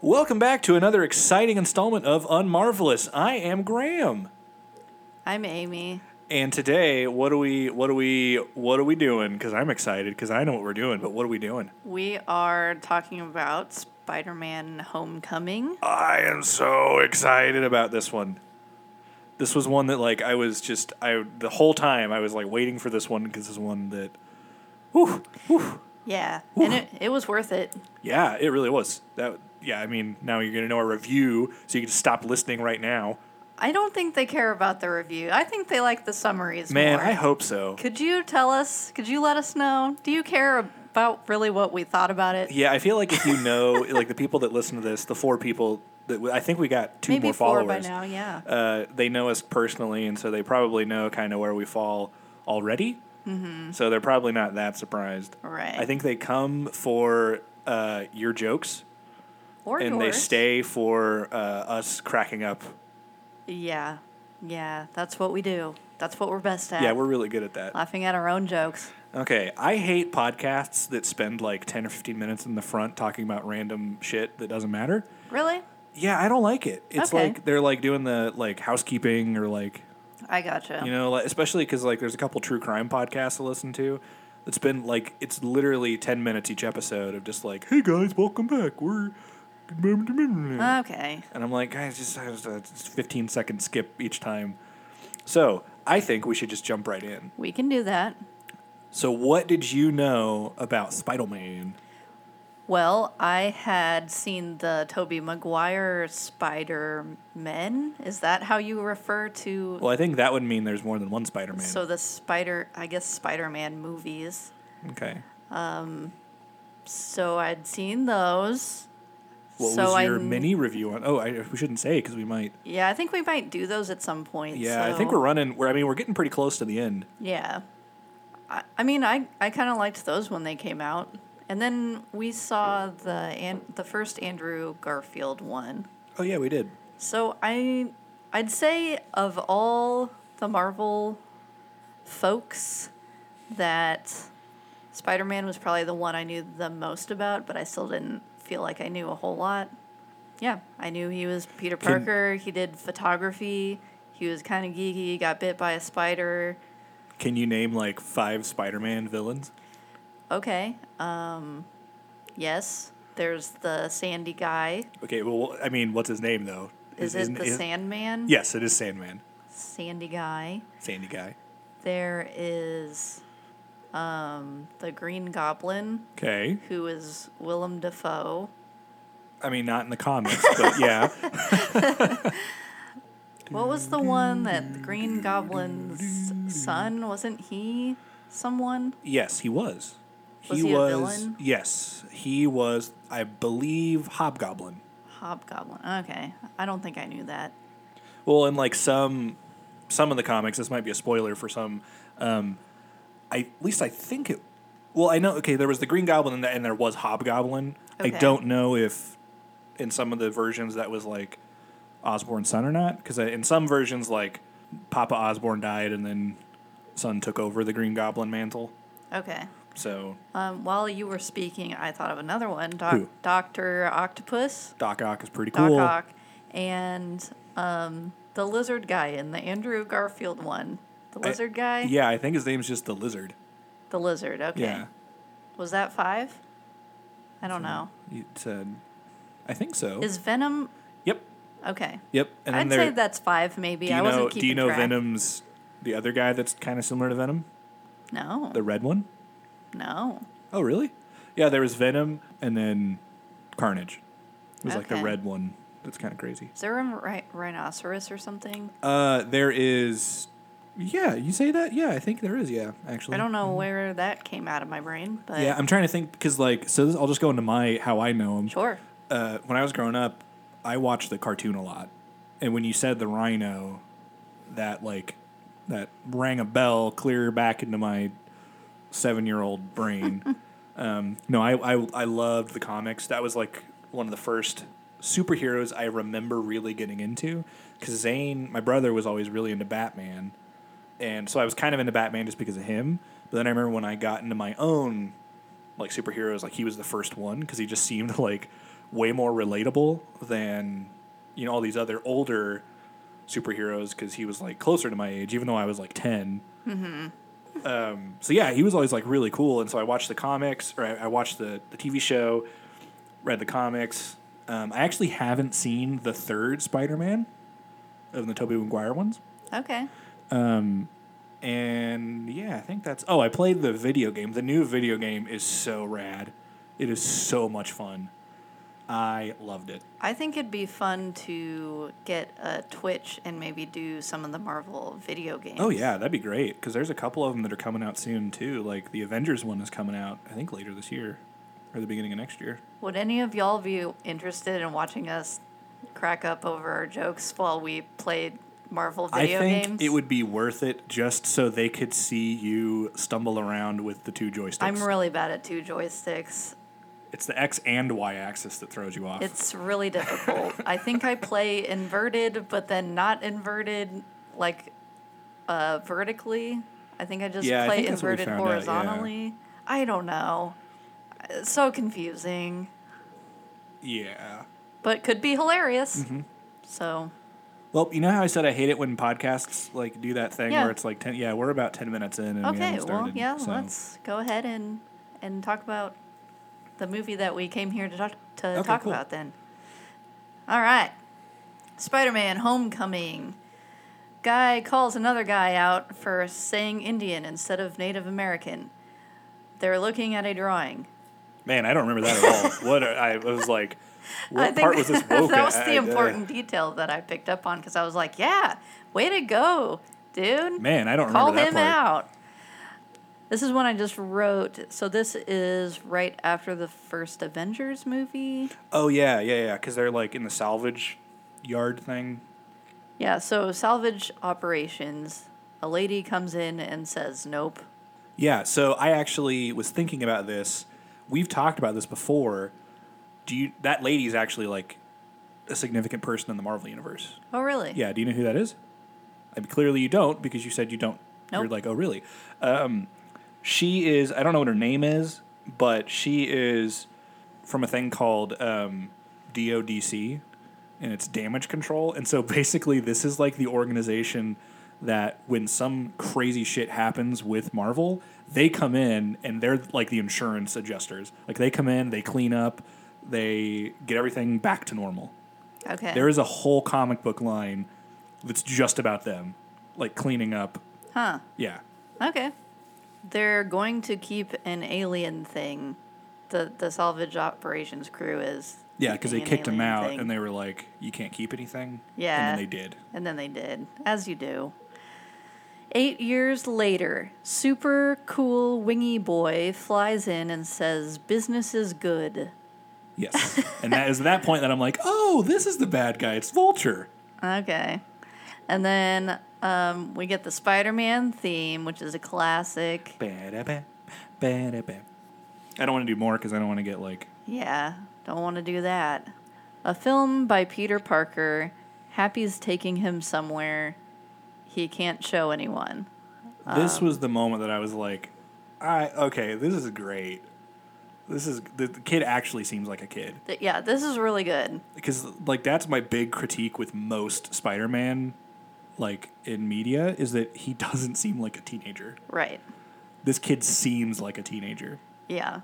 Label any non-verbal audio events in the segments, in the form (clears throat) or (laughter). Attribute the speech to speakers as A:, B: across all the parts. A: Welcome back to another exciting installment of Unmarvelous. I am Graham.
B: I'm Amy.
A: And today, what are we what are we what are we doing? Cuz I'm excited cuz I know what we're doing, but what are we doing?
B: We are talking about Spider Man Homecoming.
A: I am so excited about this one. This was one that like I was just I the whole time I was like waiting for this one cuz this is one that whew, whew.
B: Yeah. And it, it was worth it.
A: Yeah, it really was. That yeah, I mean, now you're going to know our review, so you can stop listening right now.
B: I don't think they care about the review. I think they like the summaries
A: Man,
B: more.
A: I hope so.
B: could you tell us? Could you let us know? Do you care about really what we thought about it?
A: Yeah, I feel like if you know, like the people that listen to this, the four people that I think we got two
B: Maybe
A: more
B: four
A: followers.
B: by now, yeah.
A: Uh, they know us personally, and so they probably know kind of where we fall already. Mm-hmm. So they're probably not that surprised.
B: Right.
A: I think they come for uh, your jokes,
B: or
A: and they
B: yours.
A: stay for uh, us cracking up.
B: Yeah. Yeah. That's what we do. That's what we're best at.
A: Yeah, we're really good at that.
B: laughing at our own jokes.
A: Okay, I hate podcasts that spend like 10 or 15 minutes in the front talking about random shit that doesn't matter.
B: Really?
A: Yeah, I don't like it. It's
B: Okay.
A: like they're like doing the like housekeeping or like
B: I gotcha.
A: you know, like, especially because like there's a couple true crime podcasts to listen to. It's been like it's literally ten minutes each episode of just like, hey guys, welcome back. We're
B: Uh.
A: and
B: Okay.
A: I'm like, guys, just uh, just a 15 second skip each time. So I think we should just jump right in.
B: We can do that.
A: So what did you know about Spider Man?
B: Well, I had seen the Toby Maguire Spider Men. Is that how you refer to
A: Well, I think that would mean there's more than one Spider Man.
B: so the Spider I guess Spider Man movies.
A: okay.
B: So I'd seen those.
A: What
B: so
A: was
B: I
A: your
B: kn-
A: mini review on? Oh, I, we shouldn't say because we might.
B: Yeah, I think we might do those at some point.
A: Yeah, I
B: so-
A: think we're running. We're, I mean, we're getting pretty close to the end.
B: Yeah. I, I mean, I, I kind of liked those when they came out. And then we saw the an, the first Andrew Garfield one.
A: Oh yeah, we did.
B: So I I'd say of all the Marvel folks that Spider-Man was probably the one I knew the most about, but I still didn't feel like I knew a whole lot. Yeah, I knew he was Peter
A: Can-
B: Parker, he did photography, he was kind of geeky, got bit by a spider.
A: Can you name like five Spider-Man villains?
B: Okay. Um yes, there's the sandy guy.
A: Okay, well, I mean, what's his name though?
B: Is,
A: His-
B: it the
A: his-
B: Sandman?
A: Yes, it is Sandman,
B: Sandy guy.
A: Sandy guy.
B: There is um, the Green Goblin,
A: Okay,
B: who is Willem Dafoe.
A: I mean, not in the comics,
B: (laughs)
A: but yeah,
B: What was the one that the Green Goblin's son wasn't he? Someone?
A: yes, he was.
B: Was he a villain?
A: Yes, he was. I believe Hobgoblin.
B: Hobgoblin. Okay, I don't think I knew that.
A: Well, in like some some of the comics, this might be a spoiler for some. Um, I at least I think it. Well, I know. Okay, there was the Green Goblin and, the, and there was Hobgoblin. I
B: Okay.
A: don't know if in some of the versions that was like Osborne's son or not, because in some versions like Papa Osborne died and then son took over the Green Goblin mantle.
B: Okay.
A: So
B: Um, while you were speaking, I thought of another one.
A: Who?
B: Doc- Doctor Octopus,
A: Doc Ock is pretty
B: Doc
A: cool.
B: Ock, and um, the lizard guy in the Andrew Garfield one. The
A: I-
B: lizard guy.
A: Yeah, I think his name's just the Lizard.
B: The lizard. Okay.
A: Yeah,
B: Was that five? I don't know.
A: you said. I think so.
B: Is Venom
A: yep.
B: okay?
A: Yep. And then
B: I'd
A: there,
B: say that's five, maybe.
A: Do
B: I
A: you
B: wasn't
A: know?
B: keeping
A: Do you know
B: track.
A: Venom's the other guy that's kind of similar to Venom,
B: No,
A: the red one?
B: no.
A: Oh, really? Yeah, there was Venom and then Carnage. It was like the
B: Okay.
A: red one. That's kind of crazy.
B: Is there a ri- rhinoceros or something?
A: Uh, there is. Yeah, you say that. Yeah, I think there is. Yeah, actually.
B: I don't know where that came out of my brain, but
A: Yeah, I'm trying to think because like so. This, I'll just go into my how I know him.
B: sure.
A: Uh, when I was growing up, I watched the cartoon a lot, and when you said the Rhino, that like that rang a bell clear back into my seven year old brain. um, no, I, I I loved the comics. That was like one of the first superheroes I remember really getting into because Zane, my brother, was always really into Batman, and so I was kind of into Batman just because of him. But then I remember when I got into my own like superheroes, like he was the first one because he just seemed (laughs) like way more relatable than you know all these other older superheroes because he was like closer to my age, even though I was like 10 Um, so yeah, he was always like really cool, and so I watched the comics or I, I watched the the TV show, read the comics. Um, I actually haven't seen the third Spider Man of the Tobey Maguire ones.
B: Okay.
A: And yeah, I think that's. Oh, I played the video game. The new video game is so rad. It is so much fun. I loved it.
B: I think it'd be fun to get a Twitch and maybe do some of the Marvel video games.
A: Oh yeah, that'd be great because there's a couple of them that are coming out soon too. Like the Avengers one is coming out, I think later this year, or the beginning of next year.
B: Would any of y'all be interested in watching us crack up over our jokes while we played Marvel video
A: I think
B: games?
A: it would be worth it just so they could see you stumble around with the two joysticks.
B: I'm really bad at two joysticks.
A: it's the X and Y axis that throws you off.
B: It's
A: (laughs)
B: really difficult. I think I play inverted, but then not inverted, like uh, vertically. I think I just
A: Yeah, I
B: play
A: think that's what we
B: inverted
A: found out, yeah.
B: horizontally. I don't know. It's so confusing,
A: yeah.
B: but could be hilarious.
A: Mm-hmm.
B: So
A: Well, you know how I said I hate it when podcasts like do that thing
B: Yeah.
A: where it's like ten. Yeah, we're about ten minutes in and we
B: okay,
A: haven't started.
B: well, yeah,
A: so.
B: let's go ahead and and talk about the movie that we came here to talk to
A: Okay,
B: talk
A: cool.
B: about then. All right. Spider-Man: Homecoming. Guy calls another guy out for saying Indian instead of Native American. They're looking at a drawing.
A: Man, I don't remember that at all. what are- I was like, what
B: (laughs) I think
A: part was this woke
B: (laughs) that was
A: at?
B: the
A: I- uh,
B: important detail that I picked up on because I was like, "Yeah, way to go, dude."
A: man, I don't
B: Call
A: remember that
B: him
A: part.
B: out. This is one I just wrote. So this is right after the first Avengers movie.
A: Oh yeah, yeah, yeah. Because they're like in the salvage yard thing.
B: Yeah, so salvage operations. A lady comes in and says, "Nope."
A: Yeah. So I actually was thinking about this. We've talked about this before. Do you? That lady's actually like a significant person in the Marvel universe.
B: Oh, really?
A: Yeah, do you know who that is? I mean, clearly you don't because you said you don't. You're
B: Nope.
A: like, oh, really? Um, she is. I don't know what her name is, but she is from a thing called um, DODC, and it's damage control. And so (laughs) basically, this is like the organization that when some crazy shit happens with Marvel, they come in and they're like the insurance adjusters. Like they come in, they clean up, they get everything back to normal.
B: Okay.
A: There is a whole comic book line that's just about them, like cleaning up.
B: huh.
A: Yeah.
B: Okay. They're going to keep an alien thing. The the salvage operations crew is.
A: Yeah, because they
B: keeping an
A: kicked him
B: alien
A: out
B: thing.
A: and they were like, you can't keep anything.
B: Yeah.
A: And then they did.
B: And then they did, as you do. Eight years later, super cool wingy boy flies in and says, Business is good.
A: Yes. and that is at that point that I'm like, oh, this is the bad guy. It's Vulture.
B: Okay. And then um, we get the Spider Man theme, which is a classic.
A: Ba-da-ba, ba-da-ba. I don't want to do more because I don't want to get like,
B: Yeah, don't want to do that. A film by Peter Parker. Happy's taking him somewhere. He can't show anyone. Um.
A: this was the moment that I was like, I, okay, this is great. This is, the, the kid actually seems like a kid.
B: Th- yeah, this is really good.
A: because like that's my big critique with most Spider-Man like in media is that he (laughs) doesn't seem like a teenager.
B: Right.
A: This kid seems like a teenager.
B: Yeah.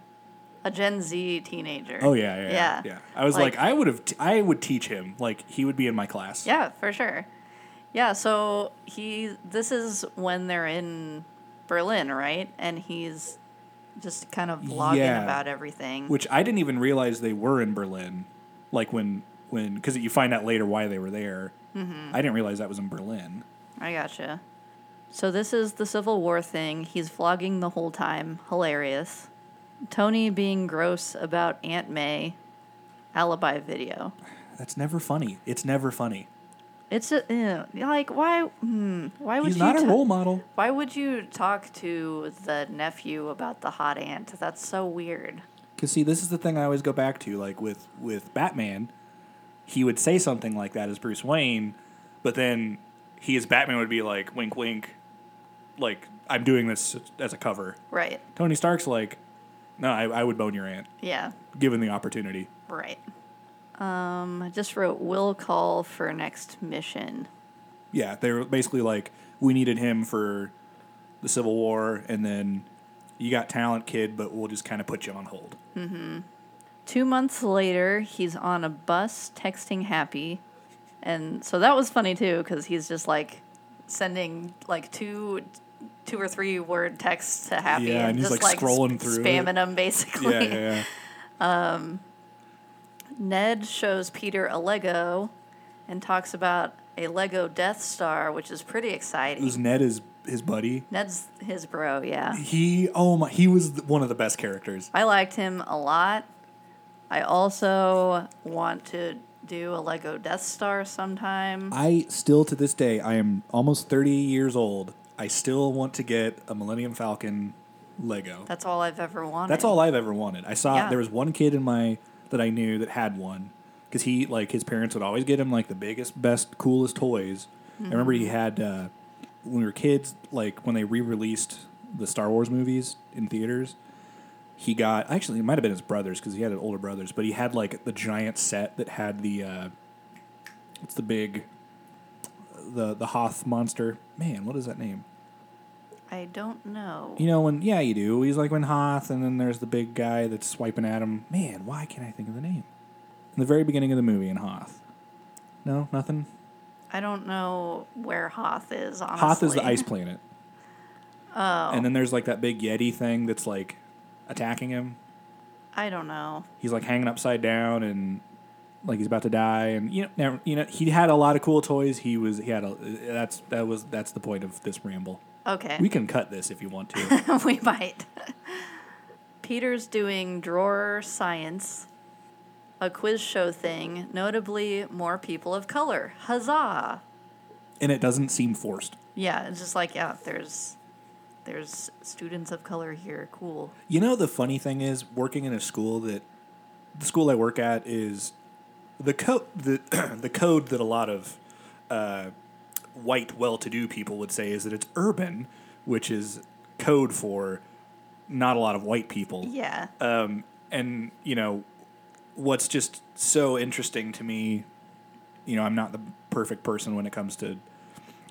B: A Gen Z teenager.
A: Oh yeah, yeah.
B: Yeah.
A: Yeah. I was like,
B: Like-
A: I would have t- I would teach him. Like he would be in my class.
B: Yeah, for sure. Yeah, so he this is when they're in Berlin, right? And he's just kind of blogging
A: Yeah.
B: about everything.
A: Which I didn't even realize they were in Berlin like when when cuz you find out later why they were there.
B: Mm-hmm.
A: I didn't realize that was in Berlin.
B: I gotcha. So this is the Civil War thing. He's vlogging the whole time. Hilarious. Tony being gross about Aunt May alibi video.
A: That's never funny. It's never funny.
B: It's a, ew. like why hmm, why would
A: He's
B: you
A: not a
B: ta-
A: role model.
B: Why would you talk to the nephew about the hot aunt? That's so weird.
A: Because see, this is the thing I always go back to, like with with Batman, he would say something like that as Bruce Wayne, but then he as Batman would be like, wink, wink, like I'm doing this as a cover.
B: Right.
A: Tony Stark's like, no, I, I would bone your aunt
B: Yeah.
A: given the opportunity.
B: Right. Um, I just wrote will call for next mission.
A: Yeah, they were basically like, we needed him for the Civil War, and then you got talent, kid, but we'll just kind of put you on hold.
B: Two months later, he's on a bus texting Happy. And so that was funny too, because he's just like sending like two two or three word texts to Happy
A: Yeah, and he's,
B: just
A: like, scrolling
B: sp-
A: through it.
B: spamming them basically.
A: yeah, yeah, (laughs) yeah.
B: Ned shows Peter a Lego and talks about a Lego Death Star, which is pretty
A: It
B: exciting.
A: was Ned, his, his buddy.
B: Ned's his bro, yeah.
A: He, oh my, he was th- one of the best characters.
B: I liked him a lot. I also want to do a Lego Death Star sometime.
A: I still to this day, I am almost 30 years old. I still want to get a Millennium Falcon Lego.
B: That's all I've ever wanted.
A: That's all I've ever wanted. I saw
B: Yeah.
A: there was one kid in my that I knew that had one because he like his parents would always get him like the biggest, best, coolest toys. I remember
B: Mm-hmm.
A: he had uh, when we were kids, like when they re-released the Star Wars movies in theaters. He got actually it might have been his brothers because he had older brothers, but he had like the giant set that had the uh, what's the big the the Hoth monster man what is that name
B: I don't know.
A: you know when yeah you do. He's like when Hoth, and then there's the big guy that's swiping at him. Man, why can't I think of the name? In the very beginning of the movie in Hoth. No, nothing.
B: I don't know where Hoth is, honestly.
A: Hoth is the ice planet. (laughs) Oh. And then there's like that big Yeti thing that's like attacking him.
B: I don't know.
A: He's like hanging upside down and like he's about to die. And you know, never, you know, he had a lot of cool toys. He was he had a that's that was that's the point of this ramble.
B: Okay.
A: We can cut this if you want to. (laughs)
B: (laughs) we might. Peter's doing drawer science, a quiz show thing, notably more people of color. Huzzah!
A: and it doesn't seem forced.
B: Yeah, it's just like yeah, there's there's students of color here. Cool.
A: You know the funny thing is working in a school that the school I work at is the code the (clears throat) the code that a lot of uh, white well-to-do people would say is that it's urban, which is code for not a lot of white people.
B: Yeah.
A: Um, and you know what's just so interesting to me, you know, I'm not the perfect person when it comes to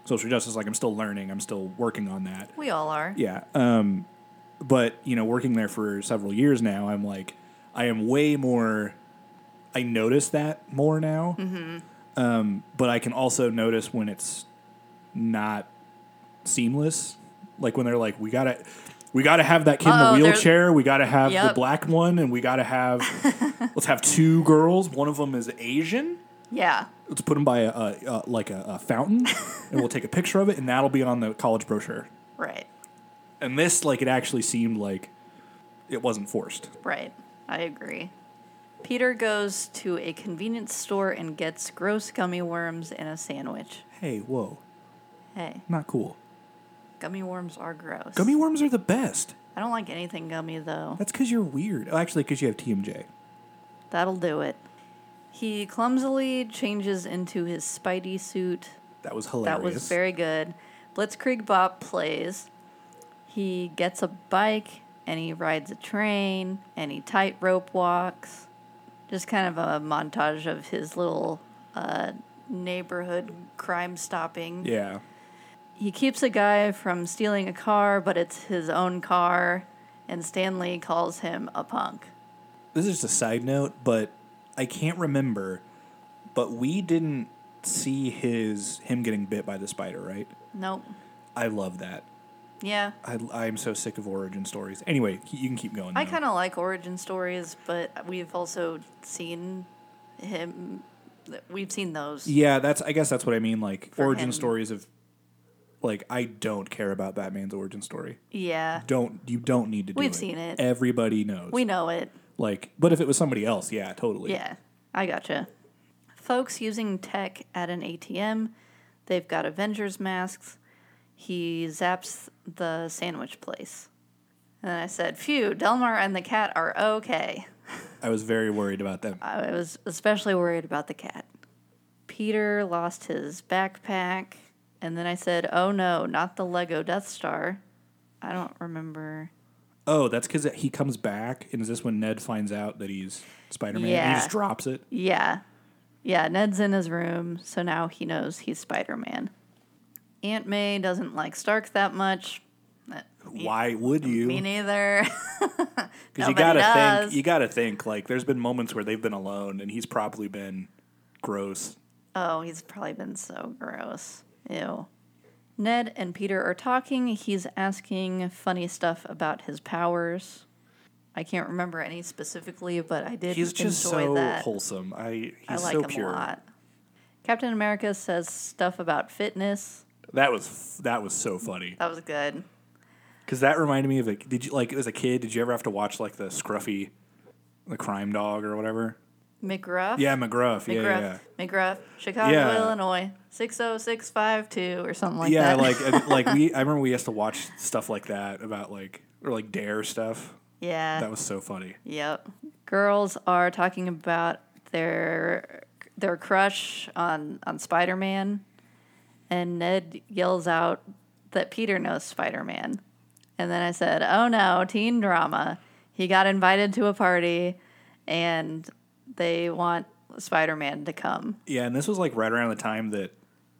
A: social justice. Like I'm still learning, I'm still working on that.
B: we all are.
A: Yeah. Um, but you know, working there for several years now, I'm like, I am way more. I notice that more now. Mm-hmm. Um, but I can also notice when it's not seamless, like when they're like, we gotta. We got to have that kid in
B: Uh-oh,
A: the
B: there's-
A: wheelchair. We got to have the
B: Yep.
A: black one, and we got to have let's have two girls. One of them is Asian.
B: Yeah.
A: Let's put them by a, a, a like a, a fountain, and we'll take a picture of it, and that'll be on the college brochure
B: Right.
A: and this like it actually seemed like it wasn't forced
B: Right. I agree. Peter goes to a convenience store and gets gross gummy worms and a sandwich.
A: hey whoa
B: Hey,
A: not cool
B: gummy worms are gross.
A: gummy worms are the best
B: I don't like anything gummy though.
A: that's because you're weird oh, actually because you have tmj
B: That'll do it. He clumsily changes into his Spidey suit.
A: that was hilarious
B: That was very good. Blitzkrieg Bop plays. He gets a bike and he rides a train and he tightrope walks. Just kind of a montage of his little uh, neighborhood crime stopping.
A: yeah
B: He keeps a guy from stealing a car, but it's his own car, and Stanley calls him a punk.
A: this is just a side note but i can't remember but we didn't see his him getting bit by the spider right
B: Nope.
A: i love that
B: Yeah.
A: I, i'm so sick of origin stories anyway you can keep going
B: I
A: now.
B: kind of like origin stories, but we've also seen him. We've seen those.
A: Yeah, that's. I guess that's what I mean. Like
B: For
A: origin
B: him.
A: stories of, like I don't care about Batman's origin story.
B: Yeah.
A: Don't you don't need to do
B: We've
A: it.
B: seen it.
A: Everybody knows.
B: We know it.
A: like, but if it was somebody else, yeah, totally.
B: Yeah. I gotcha. Folks using tech at an ATM, they've got Avengers masks. He zaps the sandwich place. And I said, Phew, Delmar and the cat are okay.
A: I was very worried about them.
B: I was especially worried about the cat. Peter lost his backpack, and then I said, "Oh no, not the Lego Death Star." I don't remember.
A: Oh, that's because he comes back, and is this when Ned finds out that he's Spider Man? He
B: Yeah.
A: just drops it.
B: Yeah. Yeah, Ned's in his room, so now he knows he's Spider Man. Aunt May doesn't like Stark that much. Eh,
A: Why would you?
B: Me neither. (laughs)
A: Because you gotta
B: Nobody does.
A: think, you gotta think. Like, there's been moments where they've been alone, and he's probably been gross.
B: oh, he's probably been so gross. Ew. Ned and Peter are talking. He's asking funny stuff about his powers. I can't remember any specifically, but I did
A: He's just
B: enjoy
A: so
B: that.
A: wholesome. I he's
B: I like
A: so
B: him
A: pure.
B: a lot. Captain America says stuff about fitness.
A: That was f- that was so funny.
B: That was good.
A: Because that reminded me of like, did you like as a kid? Did you ever have to watch like the Scruffy, the Crime Dog or whatever?
B: McGruff.
A: Yeah, McGruff. Yeah, yeah. yeah.
B: McGruff, McGruff, Chicago,
A: Yeah.
B: Illinois, six zero six five two or something like
A: yeah,
B: that.
A: like uh, like we. I remember we used to watch stuff like that about like or like Dare stuff.
B: (laughs) yeah,
A: That was so funny.
B: yep. Girls are talking about their their crush on on Spider Man, and Ned yells out that Peter knows Spider Man, and then I said, "Oh no, teen drama." He got invited to a party, and they want Spider Man to come.
A: Yeah, and this was like right around the time that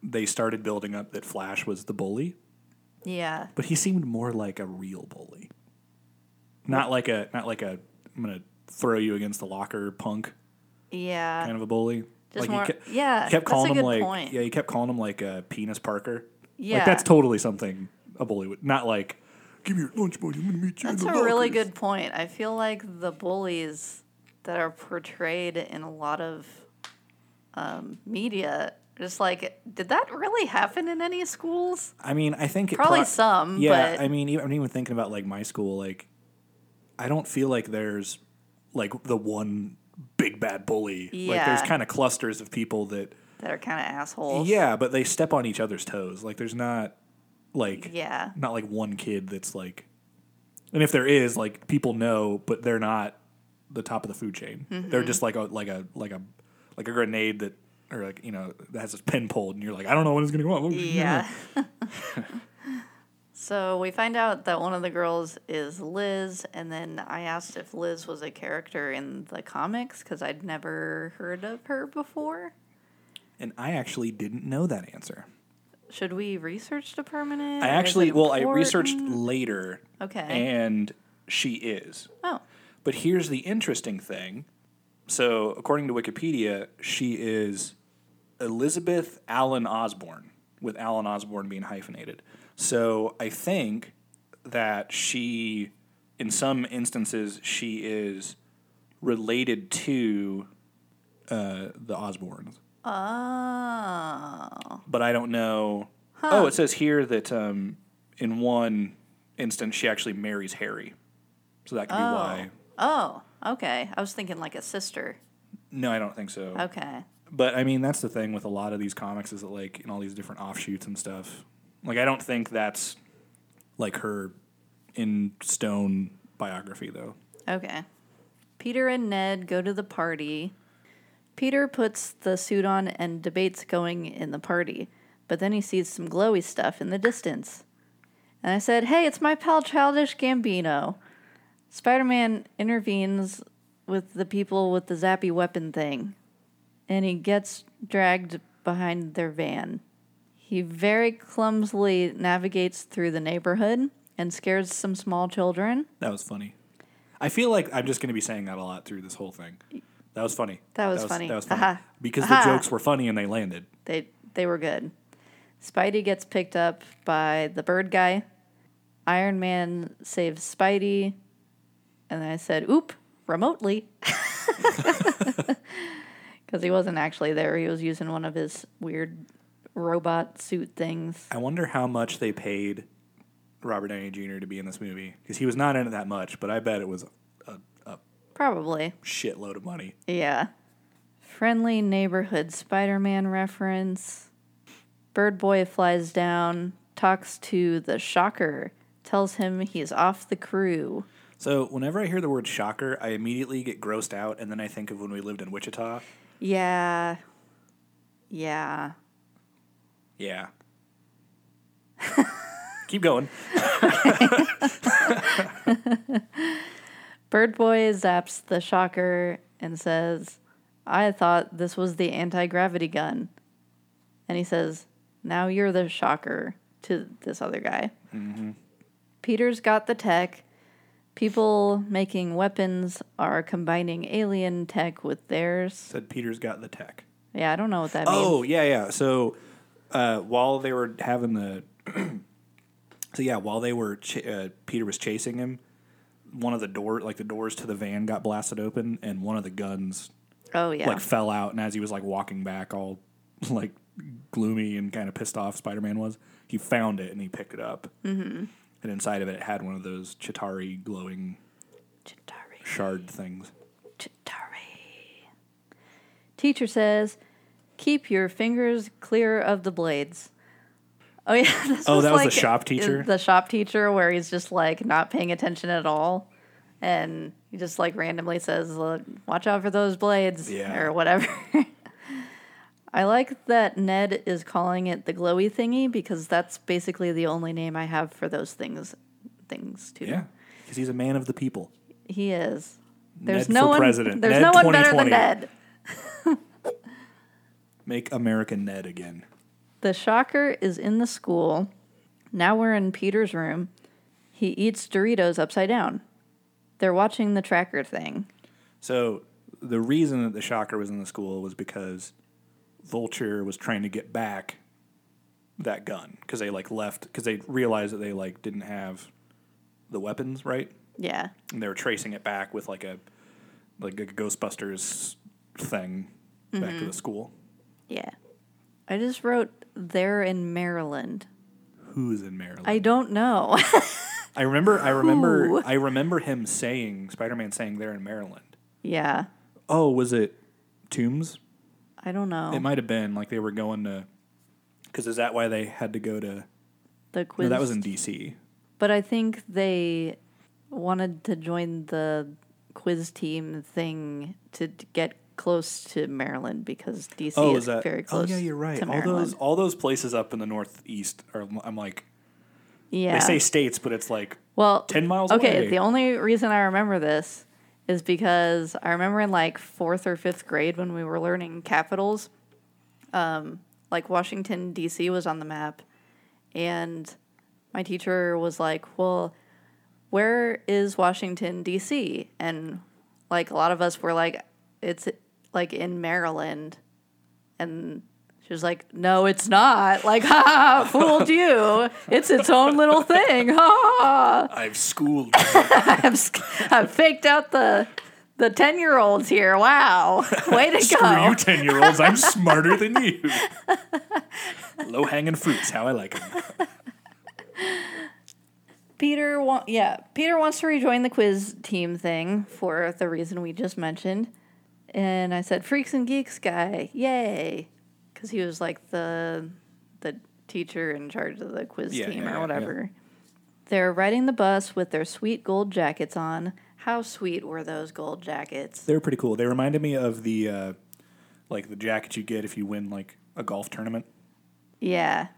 A: they started building up that Flash was the bully,
B: Yeah,
A: but he seemed more like a real bully, not like a not like a I'm gonna throw you against the locker punk
B: yeah.
A: kind of a bully.
B: Just
A: like
B: more-
A: he kept,
B: yeah,
A: he kept
B: that's a
A: calling him
B: good
A: like
B: point.
A: yeah, he kept calling him like a penis Parker.
B: Yeah.
A: like that's totally something a bully would not like. Give me your lunch money. I'm gonna meet you. in
B: That's
A: the
B: a really
A: lockers."
B: good point. I feel like the bullies that are portrayed in a lot of um, media, just like, did that really happen in any schools?
A: I mean, I think it
B: Probably
A: pro-
B: some,
A: Yeah,
B: but-
A: I mean, even, I'm even thinking about like my school. Like, I don't feel like there's like the one big bad bully. Like, there's
B: Yeah.
A: kind of clusters of people that.
B: That are kind of assholes.
A: Yeah, but they step on each other's toes. Like, there's not like
B: Yeah.
A: not like one kid that's like, and if there is, like people know, but they're not the top of the food chain. They're
B: Mm-hmm.
A: just like a like a like a like a grenade that. Or like you know that has its pin pulled, and you're like, I don't know when it's gonna go off.
B: Yeah. (laughs) so we find out that one of the girls is Liz, and then I asked if Liz was a character in the comics because I'd never heard of her before.
A: And I actually didn't know that answer.
B: Should we research department? it,
A: I
B: or is
A: actually,
B: it
A: well, I researched
B: important?
A: later.
B: Okay.
A: And she is.
B: Oh,
A: But here's the interesting thing. So, according to Wikipedia, she is Elizabeth Allen Osborne, with Allen Osborne being hyphenated. So, I think that she, in some instances, she is related to uh, the Osbornes.
B: Oh.
A: but I don't know. Oh, it says here that um, in one instance she actually marries Harry, so that could be why.
B: Oh, okay. I was thinking like a sister.
A: No, I don't think so.
B: Okay.
A: But I mean, that's the thing with a lot of these comics is that like in all these different offshoots and stuff. Like I don't think that's like her in stone biography though.
B: Okay. Peter and Ned go to the party. Peter puts the suit on and debates going in the party, but then he sees some glowy stuff in the distance. And I said, Hey, it's my pal Childish Gambino. Spider Man intervenes with the people with the zappy weapon thing, and he gets dragged behind their van. He very clumsily navigates through the neighborhood and scares some small children.
A: That was funny. I feel like I'm just going to be saying that a lot through this whole thing. That was funny.
B: That was funny. Uh-huh.
A: That was funny.
B: Aha.
A: Because
B: Aha.
A: the jokes were funny and they landed.
B: They they were good. Spidey gets picked up by the bird guy. Iron Man saves Spidey. And I said, oop, remotely. (laughs) Because he wasn't actually there. He was using one of his weird robot suit things.
A: I wonder how much they paid Robert Downey Jr. to be in this movie because he was not in it that much, but I bet it was a
B: Probably.
A: shitload of money.
B: Yeah. Friendly neighborhood Spider Man reference. Bird Boy flies down, talks to the shocker, tells him he's off the crew.
A: So whenever I hear the word shocker, I immediately get grossed out, and then I think of when we lived in Wichita.
B: Yeah. Yeah.
A: Yeah. (laughs) Keep going.
B: Bird Boy zaps the shocker and says, I thought this was the anti gravity gun. And he says, Now you're the shocker to this other guy.
A: Mm-hmm.
B: Peter's got the tech. People making weapons are combining alien tech with theirs.
A: Said Peter's got the tech.
B: Yeah, I don't know what that means.
A: Oh yeah, yeah. So uh, while they were having the, (clears throat) so yeah, while they were ch- uh, Peter was chasing him, one of the door like the doors to the van got blasted open, and one of the guns
B: Oh, yeah.
A: like fell out, and as he was like walking back, all (laughs) like gloomy and kind of pissed off, Spider Man was. He found it and he picked it up, mm-hmm. and inside of it, it had one of those Chitari glowing
B: Chitari.
A: shard things.
B: Chitari. Teacher says, "Keep your fingers clear of the blades." Oh yeah, (laughs) this
A: Oh, that was the
B: like
A: shop teacher?
B: The shop teacher, where he's just like not paying attention at all, and he just like randomly says, "Look, "Watch out for those blades,"
A: Yeah.
B: or whatever. (laughs) I like that Ned is calling it the glowy thingy because that's basically the only name I have for those things. Things too.
A: Yeah, because he's a man of the people.
B: He is. There's
A: Ned
B: no
A: for
B: one.
A: president.
B: There's
A: Ned
B: no one better than
A: 2020.
B: Ned.
A: Make America Ned again.
B: The shocker is in the school. Now we're in Peter's room. He eats Doritos upside down. They're watching the tracker thing.
A: So the reason that the shocker was in the school was because Vulture was trying to get back that gun because they like left because they realized that they like didn't have the weapons right,
B: Yeah.
A: and they were tracing it back with like a like a Ghostbusters thing back
B: Mm-hmm.
A: to the school.
B: Yeah. I just wrote they're in Maryland.
A: Who's in Maryland?
B: I don't know. (laughs)
A: I remember. I remember.
B: Who?
A: I remember him saying Spider-Man saying they're in Maryland.
B: yeah.
A: Oh, was it Tombs?
B: I don't
A: It
B: know.
A: might have been like they were going to. Because is that why they had to go to?
B: the quiz.
A: No, that was in DC.
B: but I think they wanted to join the quiz team thing to d- get close to Maryland because DC
A: Oh,
B: is
A: is that?
B: very close.
A: oh yeah, you're right.
B: To
A: All
B: Maryland.
A: those all those places up in the Northeast are. I'm like
B: yeah.
A: they say states, but it's like
B: Well,
A: 10 miles
B: okay,
A: away.
B: the only reason I remember this is because I remember in like fourth or fifth grade when we were learning capitals, um, like Washington, D.C. was on the map. And my teacher was like, Well, where is Washington, D.C.? And like a lot of us were like, It's like in Maryland. And she was like, No, it's not. Like, (laughs) ha, ha, fooled you. It's its own little thing. Ha, ha, ha.
A: I've schooled.
B: I've, sc- I've faked out the the ten year olds here.
A: (laughs)
B: Wow, way to
A: Screw
B: go!
A: you, ten year olds. I'm smarter than (laughs) you. Low hanging fruits, how I like them.
B: Peter, wa- yeah, Peter wants to rejoin the quiz team thing for the reason we just mentioned, and I said, "Freaks and geeks guy, yay!" Because he was like the the teacher in charge of the quiz
A: Yeah,
B: team
A: yeah,
B: or
A: yeah,
B: whatever. They're riding the bus with their sweet gold jackets on. How sweet were those gold jackets?
A: They were pretty cool. They reminded me of the, uh, like the jacket you get if you win like a golf tournament.
B: Yeah.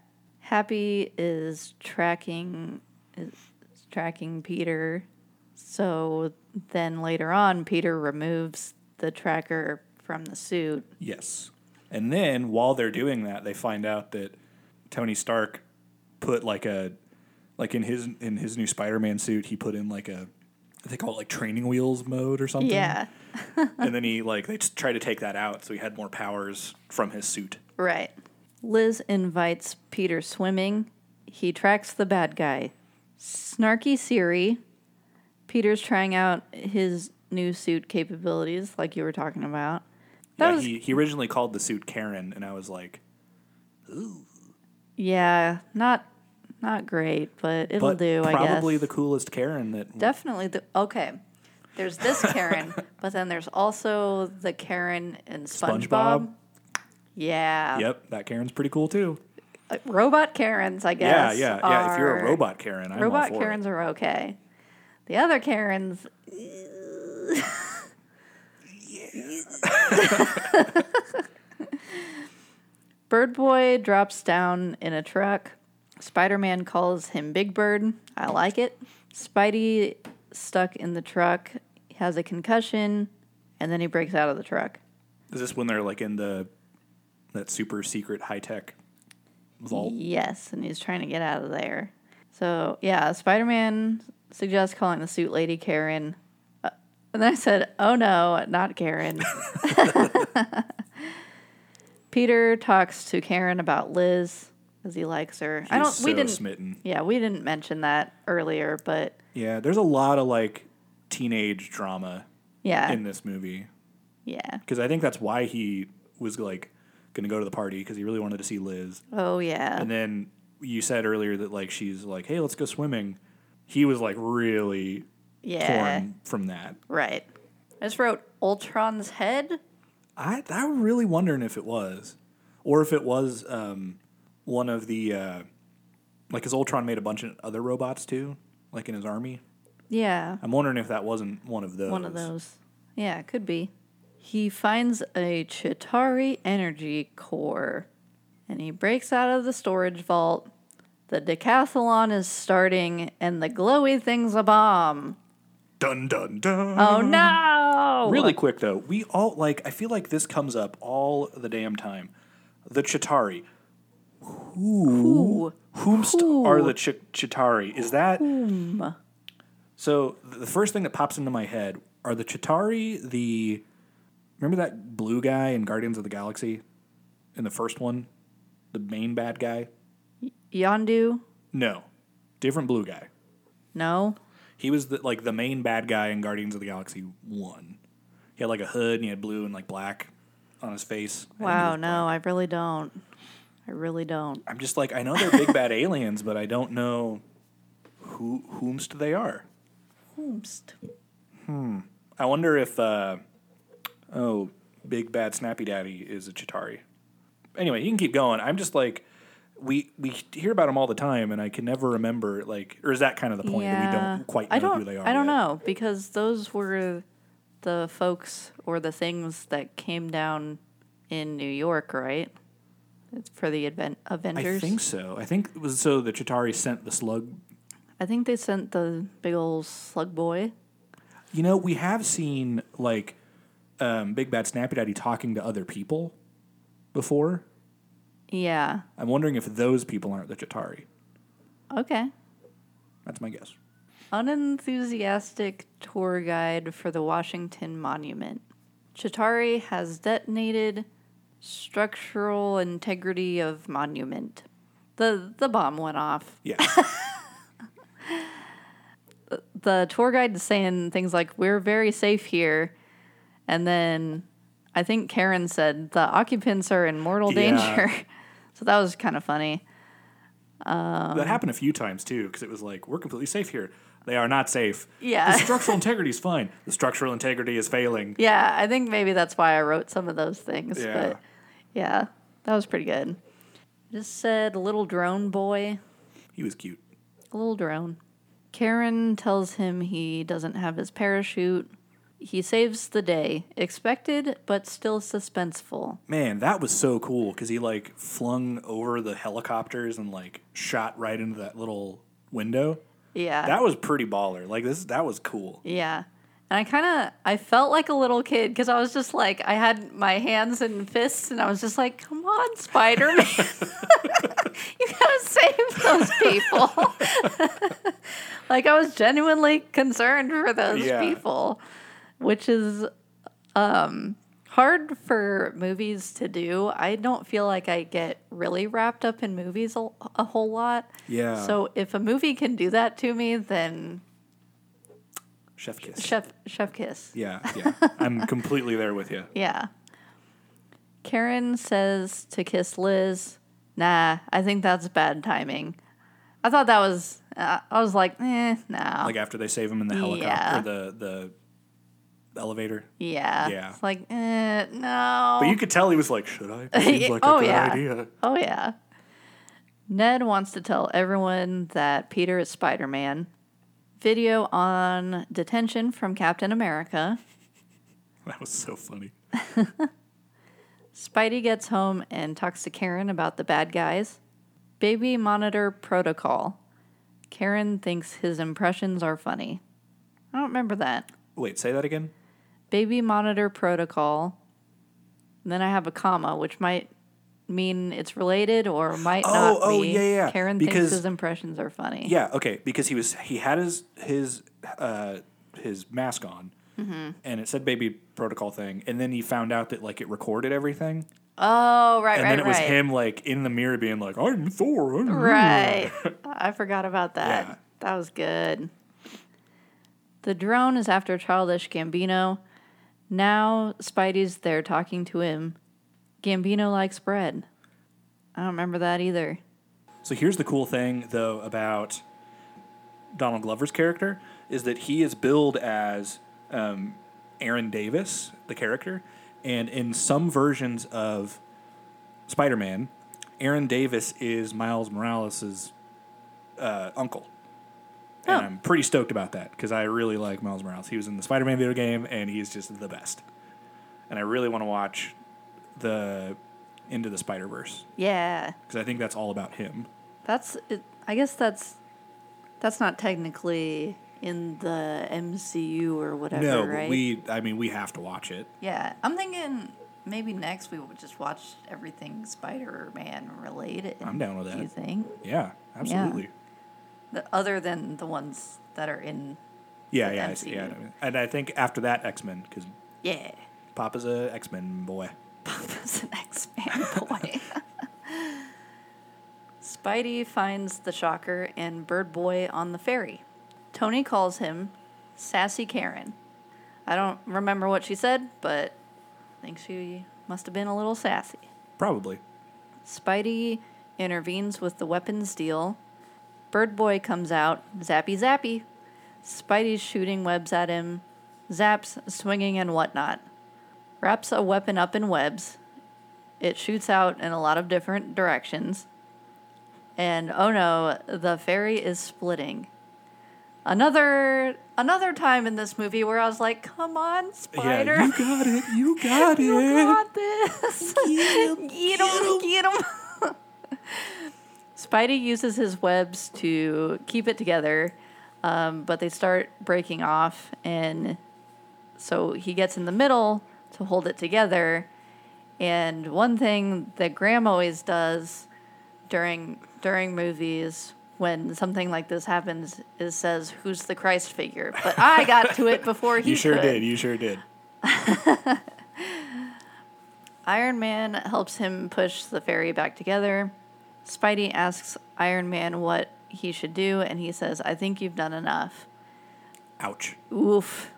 B: Happy is tracking is tracking Peter. So then later on Peter removes the tracker from the suit.
A: Yes. And then while they're doing that, they find out that Tony Stark put like a like in his in his new Spider-Man suit, he put in like a they call it like training wheels mode or something.
B: Yeah.
A: and then he like they try to take that out so he had more powers from his suit.
B: Right. Liz invites Peter swimming. He tracks the bad guy. Snarky Siri. Peter's trying out his new suit capabilities like you were talking about. That
A: yeah,
B: was
A: he, he originally called the suit Karen and I was like,
B: yeah, not not great, but it'll
A: but
B: do, I guess.
A: probably the coolest Karen that
B: Definitely the okay. There's this
A: (laughs)
B: Karen, but then there's also the Karen in SpongeBob.
A: SpongeBob.
B: Yeah.
A: Yep, that Karen's pretty cool too.
B: Uh, Robot Karens, I guess.
A: yeah, yeah, yeah. If you're a
B: are-
A: robot Karen, I'm all
B: robot
A: for
B: Karens are okay. The other Karens,
A: (laughs)
B: Bird Boy drops down in a truck. Spider Man calls him Big Bird. I like it. Spidey stuck in the truck, has a concussion, and then he breaks out of the truck.
A: Is this when they're like in the that super secret high tech vault?
B: Yes, and he's trying to get out of there. So, yeah, Spider Man suggests calling the suit lady Karen. Uh, and I said, oh no,
A: (laughs)
B: not Karen. (laughs) Peter talks to Karen about Liz because he likes her. I
A: He's
B: don't. we
A: so
B: didn't.
A: smitten.
B: Yeah, we didn't mention that earlier, but
A: Yeah, there's a lot of like teenage drama
B: yeah,
A: in this movie
B: yeah.
A: because I think that's why he was like going to go to the party because he really wanted to see Liz.
B: Oh yeah.
A: And then you said earlier that like she's like, "Hey, let's go swimming." He was like really
B: yeah.
A: torn from that.
B: Right. I just wrote Ultron's head.
A: I I'm really wondering if it was, or if it was um, one of the uh, like, because Ultron made a bunch of other robots too, like in his army.
B: Yeah.
A: I'm wondering if that wasn't one of those.
B: One of those. Yeah, it could be. He finds a Chitari energy core and he breaks out of the storage vault. The decathlon is starting and the glowy thing's a bomb.
A: Dun dun dun.
B: Oh no!
A: Really quick though, we all like. I feel like this comes up all the damn time. The Chitari.
B: Ooh.
A: Whomst
B: Who?
A: are the Chi- Chitari? Is that so? th- The first thing that pops into my head are the Chitari. The remember that blue guy in Guardians of the Galaxy in the first one, the main bad guy.
B: Yondu?
A: No, different blue guy.
B: No.
A: He was the, like the main bad guy in Guardians of the Galaxy One. He had like a hood and he had blue and like black on his face. I
B: Wow, no, I really don't. I really don't.
A: I'm just like I know they're
B: (laughs)
A: big bad aliens, but I don't know who whomst they are.
B: Whomst.
A: I wonder if uh, oh, big bad snappy daddy is a Chitari. Anyway, you can keep going. I'm just like we we hear about them all the time, and I can never remember like or is that kind of the point that we don't quite know
B: I don't,
A: who they are?
B: I don't
A: yet?
B: know because those were the folks or the things that came down in New York, right? It's for the Advent
A: I
B: Avengers.
A: think so. I think it was so the Chitari sent the slug.
B: I think they sent the big old slug boy.
A: You know, we have seen like um, Big Bad Snappy Daddy talking to other people before.
B: Yeah.
A: I'm wondering if those people aren't the Chitari.
B: Okay.
A: That's my guess.
B: Unenthusiastic tour guide for the Washington Monument. Chitari has detonated structural integrity of monument. The the bomb went off. (laughs)
A: Yeah.
B: the tour guide is saying things like we're very safe here and then i think karen said the occupants are in mortal
A: Yeah.
B: danger (laughs) so that was kind of funny
A: that happened a few times too, because it was like, we're completely safe here. They are not safe.
B: Yeah.
A: The structural integrity is fine. The structural integrity is failing.
B: yeah i think maybe that's why i wrote some of those things
A: Yeah.
B: but yeah that was pretty good just said little drone boy
A: He was cute.
B: A little drone. Karen tells him he doesn't have his parachute. He saves the day. Expected, but still suspenseful.
A: Man, that was so cool because he like flung over the helicopters and like shot right into that little window.
B: Yeah.
A: That was pretty baller. Like this, that was cool.
B: Yeah. And I kind of I felt like a little kid because I was just like I had my hands and fists and I was just like, "Come on, Spider
A: (laughs)
B: Man, (laughs) you gotta save those people." (laughs) like I was genuinely concerned for those
A: Yeah.
B: people, which is um, hard for movies to do. I don't feel like I get really wrapped up in movies a, a whole lot.
A: Yeah.
B: So if a movie can do that to me, then
A: Chef kiss.
B: chef chef kiss. (laughs)
A: Yeah, yeah. I'm completely there with you.
B: Yeah. Karen says to kiss Liz. Nah, I think that's bad timing. I thought that was. Uh, I was like, eh, no.
A: Like after they save him in the helicopter,
B: Yeah. Oh.
A: or the the elevator.
B: yeah.
A: Yeah.
B: It's like, eh, no.
A: But you could tell he was like, "Should I?" It
B: (laughs)
A: seems like
B: Oh,
A: a good
B: yeah.
A: idea. (laughs)
B: oh yeah. Ned wants to tell everyone that Peter is Spider Man. Video on detention from Captain America.
A: That was so funny.
B: Spidey gets home and talks to Karen about the bad guys. Baby monitor protocol. Karen thinks his impressions are funny. I don't remember that.
A: Wait, say that again.
B: Baby monitor protocol. And then I have a comma, which might mean it's related or might not
A: oh,
B: be.
A: yeah, yeah,
B: Karen
A: because-
B: thinks his impressions are funny.
A: Yeah, okay, because he was he had his his uh, his mask on,
B: Mm-hmm.
A: and it said baby protocol thing, and then he found out that like it recorded everything,
B: Oh, right,
A: and
B: right,
A: then it
B: right.
A: was him like in the mirror being like, "I'm Thor." I'm Thor."
B: Right.
A: (laughs)
B: I forgot about that.
A: Yeah.
B: That was good. The drone is after childish Gambino. Now Spidey's there talking to him. Gambino likes bread. I don't remember that either.
A: So here's the cool thing though about Donald Glover's character is that he is billed as um, Aaron Davis, the character, and in some versions of Spider-Man, Aaron Davis is Miles Morales' uh, uncle. And
B: Oh.
A: I'm pretty stoked about that because I really like Miles Morales. He was in the Spider-Man video game, and he's just the best. And I really want to watch the Into the Spider Verse
B: Yeah.
A: because I think that's all about him.
B: That's it, I guess that's that's not technically in the MCU or whatever,
A: No, but
B: right?
A: we. I mean, we have to watch it.
B: yeah. I'm thinking maybe next we would just watch everything Spider-Man related.
A: I'm down with
B: Do you
A: that.
B: think?
A: Yeah, absolutely.
B: The, other than the ones that are in.
A: Yeah, yeah,
B: With
A: I see, yeah.
B: MCU.
A: And I think after that, X Men, because
B: Yeah. (laughs)
A: Papa's a X Men boy.
B: Papa's an X Man boy. (laughs) Spidey finds the shocker and Bird Boy on the ferry. Tony calls him Sassy Karen. I don't remember what she said, but I think she must have been a little sassy.
A: Probably.
B: Spidey intervenes with the weapons deal. Bird Boy comes out, zappy zappy. Spidey's shooting webs at him, zaps, swinging, and whatnot. Wraps a weapon up in webs. It shoots out in a lot of different directions. And oh no, the fairy is splitting. Another another time in this movie where I was like, "Come on, spider,
A: Yeah, you got it.
B: (laughs)
A: You got
B: you
A: it.
B: got this. Get him. Get him. (laughs) Spidey uses his webs to keep it together, um, but they start breaking off, and so he gets in the middle to hold it together. And one thing that Graham always does during during movies when something like this happens is says, "Who's the Christ figure?" But I got to it before
A: (laughs)
B: he
A: You sure
B: could.
A: did. You sure did.
B: Iron Man helps him push the ferry back together. Spidey asks Iron Man what he should do, and he says, I think you've done enough.
A: Ouch.
B: Oof.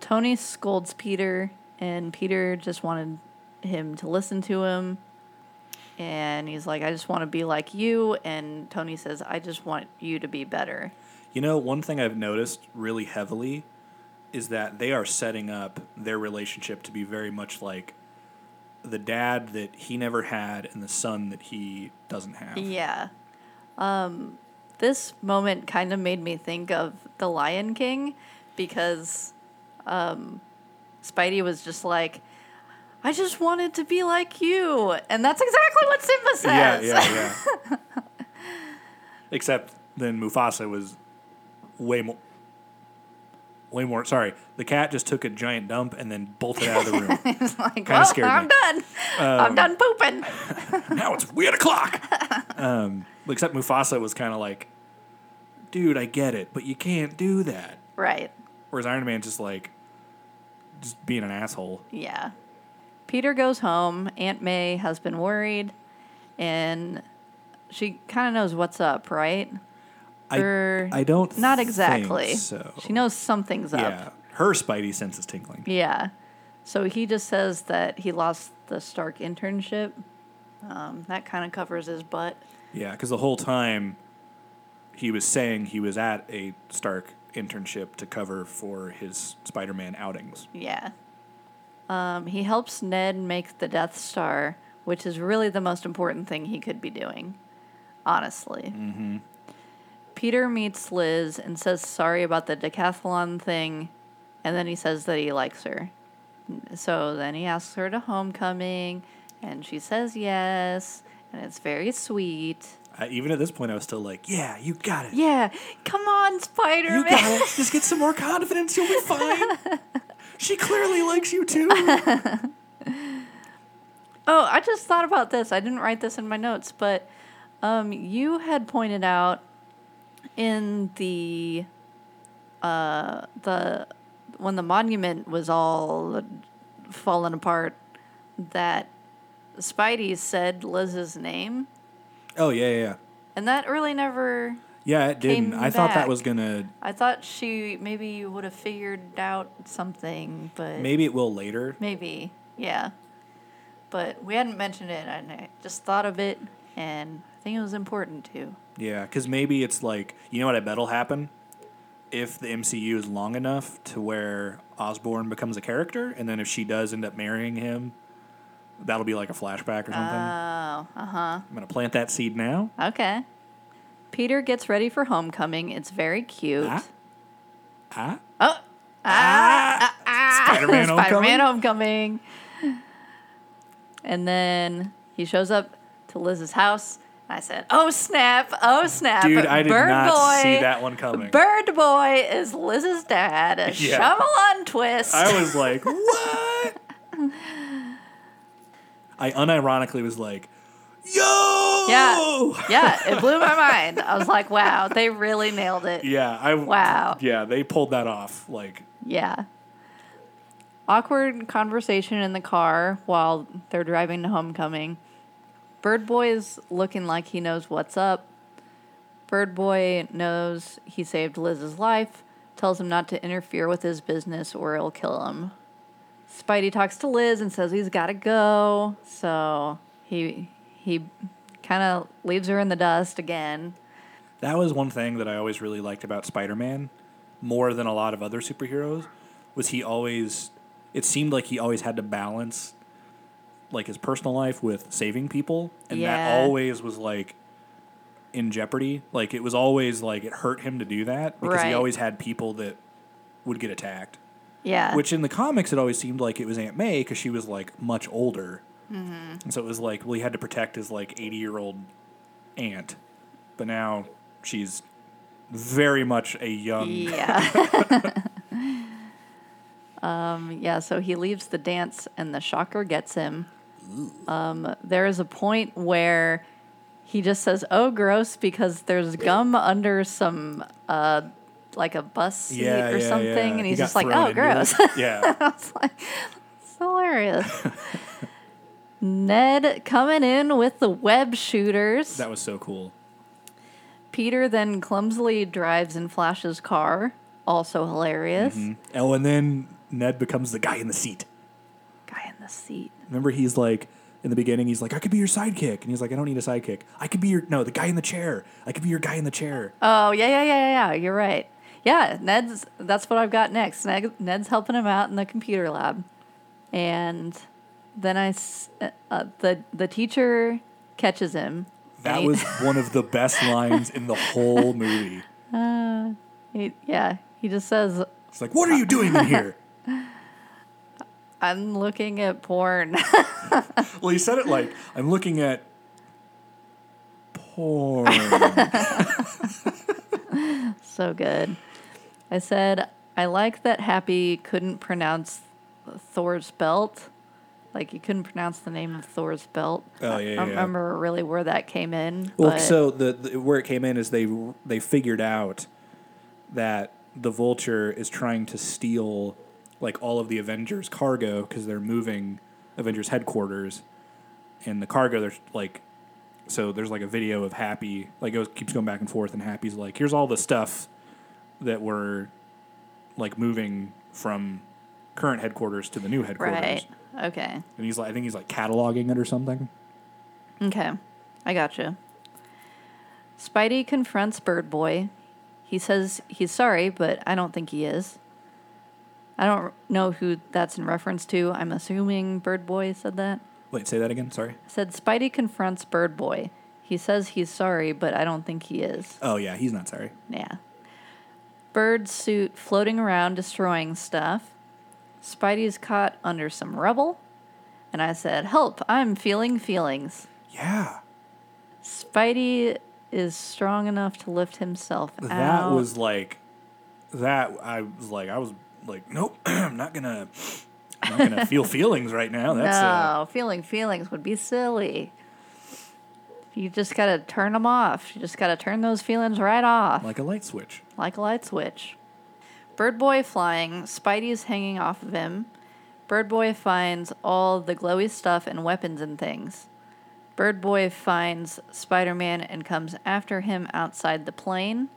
B: Tony scolds Peter, and Peter just wanted him to listen to him. And he's like, I just want to be like you. And Tony says, I just want you to be better.
A: You know, one thing I've noticed really heavily is that they are setting up their relationship to be very much like the dad that he never had and the son that he doesn't have.
B: Yeah. Um, this moment kind of made me think of The Lion King because um, Spidey was just like, I just wanted to be like you. And that's exactly what Simba
A: Yeah,
B: says. (laughs)
A: yeah, yeah. Except then Mufasa was way more. Way more. Sorry, the cat just took a giant dump and then bolted out of the room.
B: It's like,
A: Kinda
B: well,
A: scared
B: I'm
A: me. Um,
B: done. I'm done pooping.
A: now it's weird o'clock. Um, except Mufasa was kind of like, "Dude, I get it, but you can't do that."
B: Right.
A: Whereas Iron Man's just like, just being an asshole.
B: Yeah. Peter goes home. Aunt May has been worried and she kind of knows what's up, right? Or-
A: I I don't
B: Not
A: think
B: exactly.
A: so.
B: She knows something's up.
A: yeah, her spidey sense is tingling.
B: Yeah. So he just says that he lost the Stark internship. Um, that kind of covers his butt.
A: Yeah, because the whole time he was saying he was at a Stark internship to cover for his Spider-Man outings.
B: Yeah. Um, he helps Ned make the Death Star, which is really the most important thing he could be doing, honestly. Mm-hmm. Peter meets Liz and says sorry about the decathlon thing, and then he says that he likes her. So then he asks her to homecoming, and she says yes, and it's very sweet.
A: I, even at this point, I was still like, "Yeah, you got it.
B: Yeah, come on, Spider
A: you
B: Man.
A: got it. Just get some more confidence. You'll be fine." she clearly likes you
B: (laughs)
A: too.
B: (laughs) Oh, I just thought about this. I didn't write this in my notes, but um, you had pointed out in the uh, the when the monument was all fallen apart that Spidey said Liz's name,
A: oh yeah, yeah, yeah.
B: and that really never.
A: Yeah, it
B: Came
A: didn't. I thought that
B: back.
A: was gonna.
B: I thought she maybe you would have figured out something, but
A: Maybe it will later.
B: Maybe, yeah. But we hadn't mentioned it, and I just thought of it, and I think it was important too.
A: Yeah, because maybe it's like you know what I bet'll happen if the MCU is long enough to where Osborn becomes a character, and then if she does end up marrying him, that'll be like a flashback or something.
B: Oh, uh huh.
A: I'm gonna plant that seed now.
B: Okay. Peter gets ready for homecoming. It's very cute. (laughs)
A: Ah, ah,
B: Oh,
A: ah. Spider-Man homecoming.
B: Spider-Man homecoming. And then he shows up to Liz's house. I said, "Oh snap! Oh snap!"
A: Dude, I did
B: Bird
A: not
B: boy,
A: see that one coming.
B: Bird boy is Liz's dad. A
A: (laughs) Yeah.
B: shovel on twist.
A: I was like, what? I unironically was like, yo.
B: Yeah. yeah, it blew my mind. I was like, wow, they really nailed it.
A: (laughs) Yeah, I
B: Wow.
A: Yeah, they pulled that off. Like,
B: Yeah. Awkward conversation in the car while they're driving to homecoming. Bird Boy is looking like he knows what's up. Bird Boy knows he saved Liz's life, tells him not to interfere with his business or it'll kill him. Spidey talks to Liz and says he's got to go. So he he kind of leaves her in the dust again.
A: that was one thing that I always really liked about Spider Man, more than a lot of other superheroes, was he always, it seemed like he always had to balance like his personal life with saving people. And
B: Yeah.
A: that always was like in jeopardy. Like, it was always like it hurt him to do that because
B: Right.
A: he always had people that would get attacked.
B: Yeah.
A: Which in the comics, it always seemed like it was Aunt May because she was like much older,
B: Mm-hmm.
A: and so it was like well, he had to protect his like eighty year old aunt, but now she's very much a young.
B: Yeah. um, yeah, so he leaves the dance and the shocker gets him. Um, there is a point where he just says, oh, gross, because there's gum under some, uh, like a bus seat
A: Yeah,
B: or
A: yeah,
B: something.
A: yeah.
B: And
A: He
B: he's
A: got
B: just like,
A: thrown
B: oh,
A: into
B: gross.
A: it. (laughs) yeah,
B: It's like, it's
A: (laughs)
B: hilarious. Ned coming in with the web shooters.
A: that was so cool.
B: Peter then clumsily drives in Flash's car. Also hilarious.
A: Oh, and then Ned becomes the guy in the seat.
B: Guy in the seat.
A: Remember, he's like in the beginning, he's like, "I could be your sidekick," and he's like, "I don't need a sidekick. I could be your no, the guy in the chair. I could be your guy in the chair."
B: (laughs) Oh yeah, yeah, yeah, yeah. yeah, You're right. Yeah, Ned's. That's what I've got next. Ned, Ned's helping him out in the computer lab, and then I s- uh, uh, the the teacher catches him. and
A: That
B: he-
A: was one of the best lines in the whole movie.
B: he- yeah. He just says,
A: It's like, "What are you doing in here?"
B: "I'm looking at porn." (laughs)
A: Well, he said it like I'm looking at porn.
B: so good. I said, I like that Happy couldn't pronounce Thor's belt. Like, he couldn't pronounce the name of Thor's belt.
A: Oh, yeah,
B: I
A: yeah,
B: don't
A: yeah.
B: remember really where that came in.
A: well,
B: but
A: so the, the where it came in is they they figured out that the vulture is trying to steal like all of the Avengers cargo because they're moving Avengers headquarters, and the cargo there's like so there's like a video of Happy like it goes, keeps going back and forth, and Happy's like, "Here's all the stuff that we're like moving from." Current headquarters to the new headquarters.
B: right. Okay.
A: and he's like, I think he's like cataloging it or something.
B: Okay. I gotcha. Spidey confronts Bird Boy. He says he's sorry, but I don't think he is. I don't know who that's in reference to. I'm assuming Bird Boy said that.
A: Wait, say that again. Sorry.
B: said Spidey confronts Bird Boy. He says he's sorry, but I don't think he is.
A: Oh yeah, he's not sorry.
B: Yeah. Bird suit floating around destroying stuff. Spidey's caught under some rubble. And I said, Help, I'm feeling feelings.
A: Yeah,
B: Spidey is strong enough to lift himself out.
A: That was like, that I was like, I was like, nope, (clears throat) I'm not gonna, I'm not gonna feel feelings right now. That's uh,
B: no feeling feelings would be silly. You just gotta turn them off. You just gotta turn those feelings right off,
A: like a light switch.
B: like a light switch. Bird Boy flying. Spidey's hanging off of him. Bird Boy finds all the glowy stuff and weapons and things. Bird Boy finds Spider Man and comes after him outside the plane.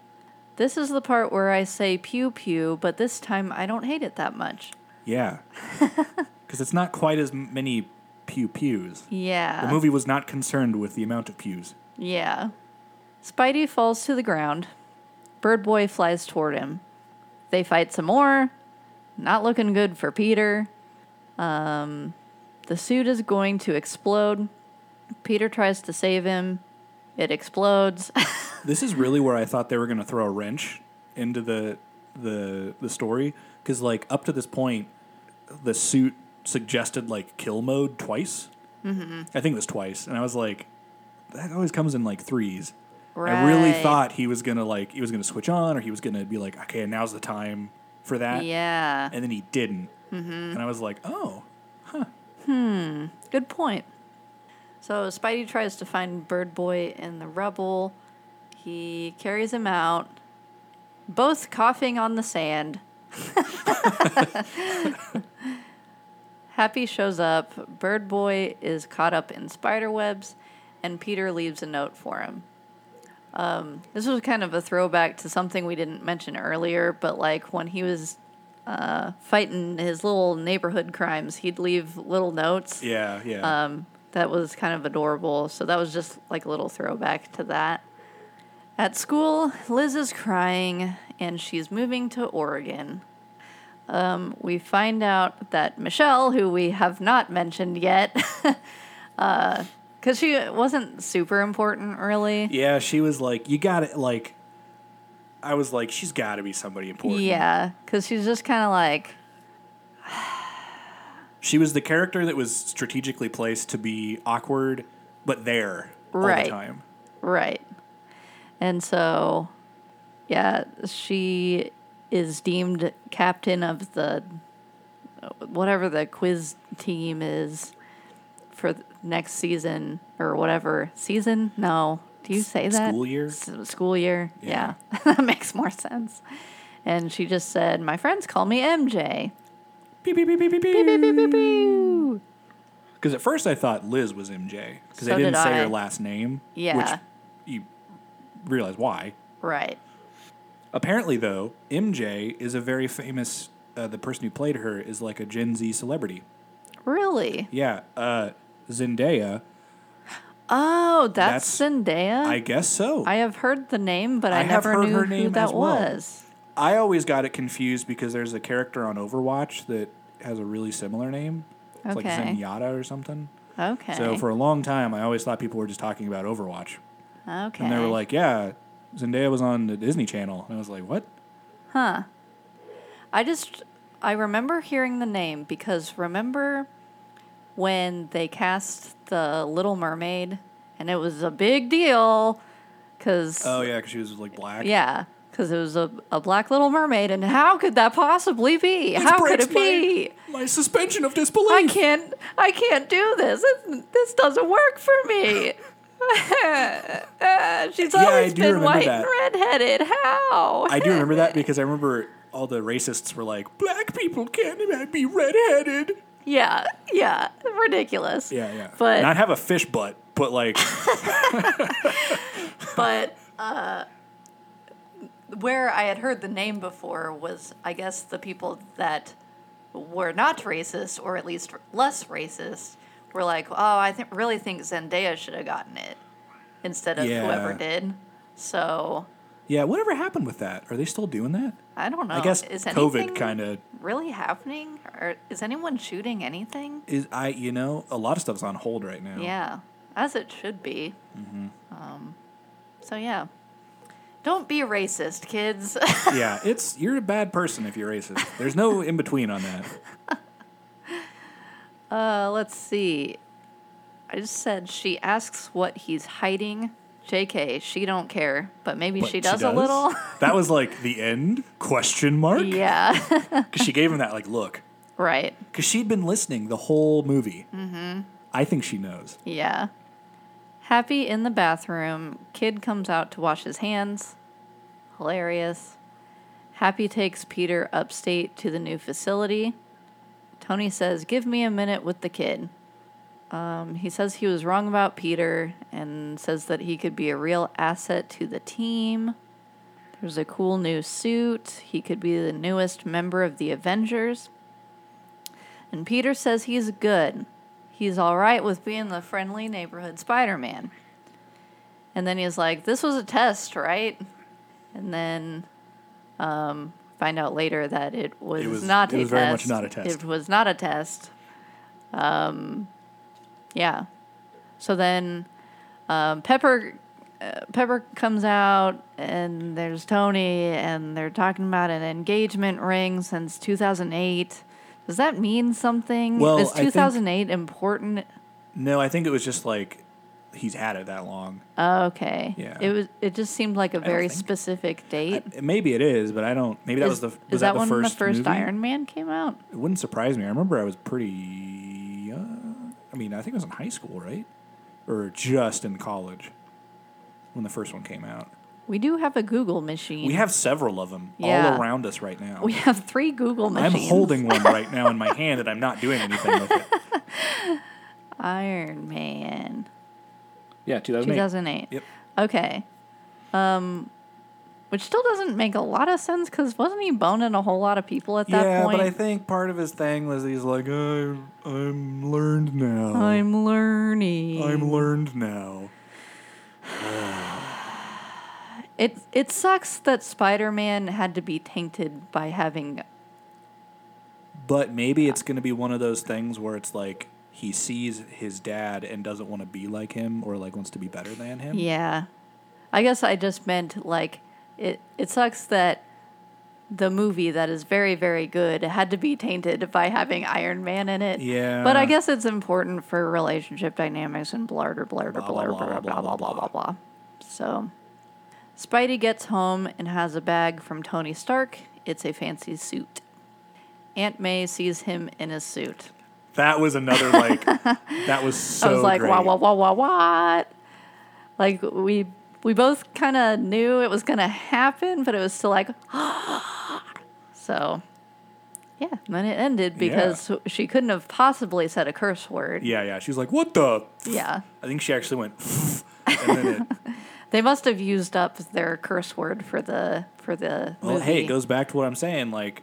B: This is the part where I say pew pew, but this time I don't hate it that much.
A: Yeah, because it's not quite as m- many pew pews.
B: Yeah.
A: The movie was not concerned with the amount of pews.
B: Yeah. Spidey falls to the ground. Bird Boy flies toward him. They fight some more. Not looking good for Peter. Um, the suit is going to explode. Peter tries to save him. It explodes. (laughs)
A: This is really where I thought they were going to throw a wrench into the the the story because like up to this point, the suit suggested like kill mode twice. Mm-hmm. I think it was twice, and I was like, that always comes in like threes. I really
B: Right.
A: thought he was gonna like he was gonna switch on or he was gonna be like, okay, now's the time for that,
B: Yeah.
A: and then he didn't, mm-hmm. and I was like, oh,
B: Good point. So Spidey tries to find Bird Boy in the rubble. He carries him out, both coughing on the sand. (laughs) Happy shows up. Bird Boy is caught up in spider webs, and Peter leaves a note for him. Um, this was kind of a throwback to something we didn't mention earlier, but like when he was uh, fighting his little neighborhood crimes, he'd leave little notes
A: yeah, yeah,
B: um, that was kind of adorable. So that was just like a little throwback to that. At school, Liz is crying and she's moving to Oregon. Um, we find out that Michelle, who we have not mentioned yet, (laughs) because she wasn't super important really.
A: yeah. She was like, you got it, like. I was like, she's got to be somebody important.
B: Yeah, because she's just kind of like,
A: She was the character that was strategically placed to be awkward, but there all
B: Right.
A: the time.
B: Right. And so, yeah, she is deemed captain of the whatever the quiz team is for th- next season or whatever season. No, do you say that
A: school year?
B: S- school year?
A: Yeah.
B: Yeah, (laughs) that makes more sense. And she just said, "My friends call me MJ."
A: Beep, beep, beep, beep, beep,
B: Beep,
A: beep.
B: beep, beep, beep.
A: Because at first I thought Liz was MJ because
B: So
A: they didn't
B: did
A: say
B: I.
A: her last name.
B: Yeah.
A: Which you realize why.
B: Right.
A: Apparently, though, MJ is a very famous. Uh, the person who played her is like a Gen Z celebrity.
B: Really?
A: Yeah, uh, Zendaya.
B: Oh, that's,
A: That's-
B: Zendaya.
A: I guess so.
B: I have heard the name, but I,
A: I have
B: never
A: heard
B: knew
A: her
B: who
A: name
B: that
A: as well.
B: was.
A: I always got it confused because there's a character on Overwatch that has a really similar name. It's like
B: Okay.
A: Zenyatta or something.
B: Okay.
A: So for a long time, I always thought people were just talking about Overwatch,
B: okay.
A: and they were like, "Yeah, Zendaya was on the Disney Channel," and I was like, "What?"
B: I just I remember hearing the name because remember when they cast the Little Mermaid and it was a big deal because
A: Oh yeah, because she was like black.
B: yeah because it was a, a black Little Mermaid and how could that possibly be?
A: Which
B: how could
A: breaks
B: it be?
A: My, my suspension of
B: I
A: disbelief.
B: can't I can't do this. This, this doesn't work for me. (laughs) She's
A: I
B: always
A: do
B: been
A: remember
B: white
A: that.
B: and redheaded. How?
A: I do remember
B: (laughs)
A: that because I remember all the racists were like, "Black people can't be redheaded."
B: yeah, yeah, ridiculous.
A: Yeah, yeah.
B: But-
A: not have a fish butt, but like,
B: (laughs)
A: (laughs)
B: But uh, where I had heard the name before was, I guess, the people that were not racist or at least less racist were like, "Oh, I th- really think Zendaya should have gotten it instead of whoever
A: Yeah.
B: did." So
A: yeah, whatever happened with that? Are they still doing that?
B: I don't know.
A: I guess
B: Oh, is
A: COVID
B: anything
A: kind of
B: really happening, or is anyone shooting anything?
A: is. I you know a lot of stuff's on hold right now.
B: Yeah, as it should be. Um,
A: Mm-hmm.
B: so yeah, don't be racist, kids.
A: (laughs)
B: (laughs)
A: yeah, it's you're a bad person if you're racist. There's no
B: (laughs)
A: in between on that.
B: uh, let's see. I just said she asks what he's hiding. JK, she don't care, but maybe
A: But
B: she, does a little.
A: (laughs) that was like the end question mark.
B: yeah, (laughs)
A: Because she gave him that like look.
B: right.
A: Because she'd been listening the whole movie.
B: Mm-hmm.
A: I think she knows.
B: Yeah. Happy in the bathroom. Kid comes out to wash his hands. Hilarious. Happy takes Peter upstate to the new facility. Tony says, Give me a minute with the kid. Um, he says he was wrong about Peter and says that he could be a real asset to the team. There's a cool new suit. He could be the newest member of the Avengers. And Peter says he's good. He's all right with being the friendly neighborhood Spider Man. And then he's like, This was a test, right? And then um, find out later that it was,
A: was-
B: not
A: it
B: a
A: was
B: test.
A: very much not a test.
B: It was not a test. Um, yeah. So then um, Pepper uh, Pepper comes out and there's Tony and they're talking about an engagement ring since 2008. Does that mean something?
A: Well,
B: Is
A: I think-
B: 2008 important?
A: No, I think it was just like he's had it that long.
B: Oh, okay.
A: Yeah.
B: It was. It just seemed like a very
A: think-
B: specific date.
A: Maybe it is, but I don't. Maybe that was
B: Is-
A: the. Was
B: is that,
A: the
B: when
A: first
B: the first
A: movie?
B: Iron Man came out?
A: It wouldn't surprise me. I remember I was pretty young. I mean, I think I was in high school, right? Or just in college when the first one came out.
B: We do have a Google machine.
A: We have several of them
B: Yeah.
A: all around us right now.
B: (laughs) We have three Google
A: I'm
B: machines.
A: holding one right now in my hand and I'm not doing anything
B: (laughs)
A: with it.
B: Iron Man
A: Yeah, 2008.
B: 2008.
A: Yep.
B: Okay. Um, which still doesn't make a lot of sense because wasn't he boning a whole lot of people at that
A: yeah,
B: point?
A: but I think part of his thing was he's like, I'm, I'm learned now.
B: I'm learning.
A: I'm learned now.
B: it it sucks that Spider-Man had to be tainted by having.
A: But maybe it's going to be one of those things where it's like he sees his dad and doesn't want to be like him or like wants to be better than him.
B: Yeah, I guess I just meant like it. It sucks that the movie that is very very good had to be tainted by having Iron Man in it.
A: Yeah.
B: But I guess it's important for relationship dynamics and blarder, blarder,
A: Blah,
B: blarder,
A: blah,
B: blah, blah, blah, blah, blah, blah,
A: blah,
B: blah. So, Spidey gets home and has a bag from Tony Stark. It's a fancy suit. Aunt May sees him in a suit.
A: That was another
B: (laughs)
A: like that was so
B: I was like,
A: great.
B: wow, wow, wow, wow, what? Like we we both kind of knew it was gonna happen, but it was still like, (gasps) so yeah. And then it ended because she couldn't have possibly said a curse word.
A: Yeah, yeah. She was like, "What the?"
B: yeah.
A: I think she actually went and then it
B: (laughs) They must have used up their curse word for the for the
A: Well,
B: movie.
A: Oh, hey, it goes back to what I'm saying. Like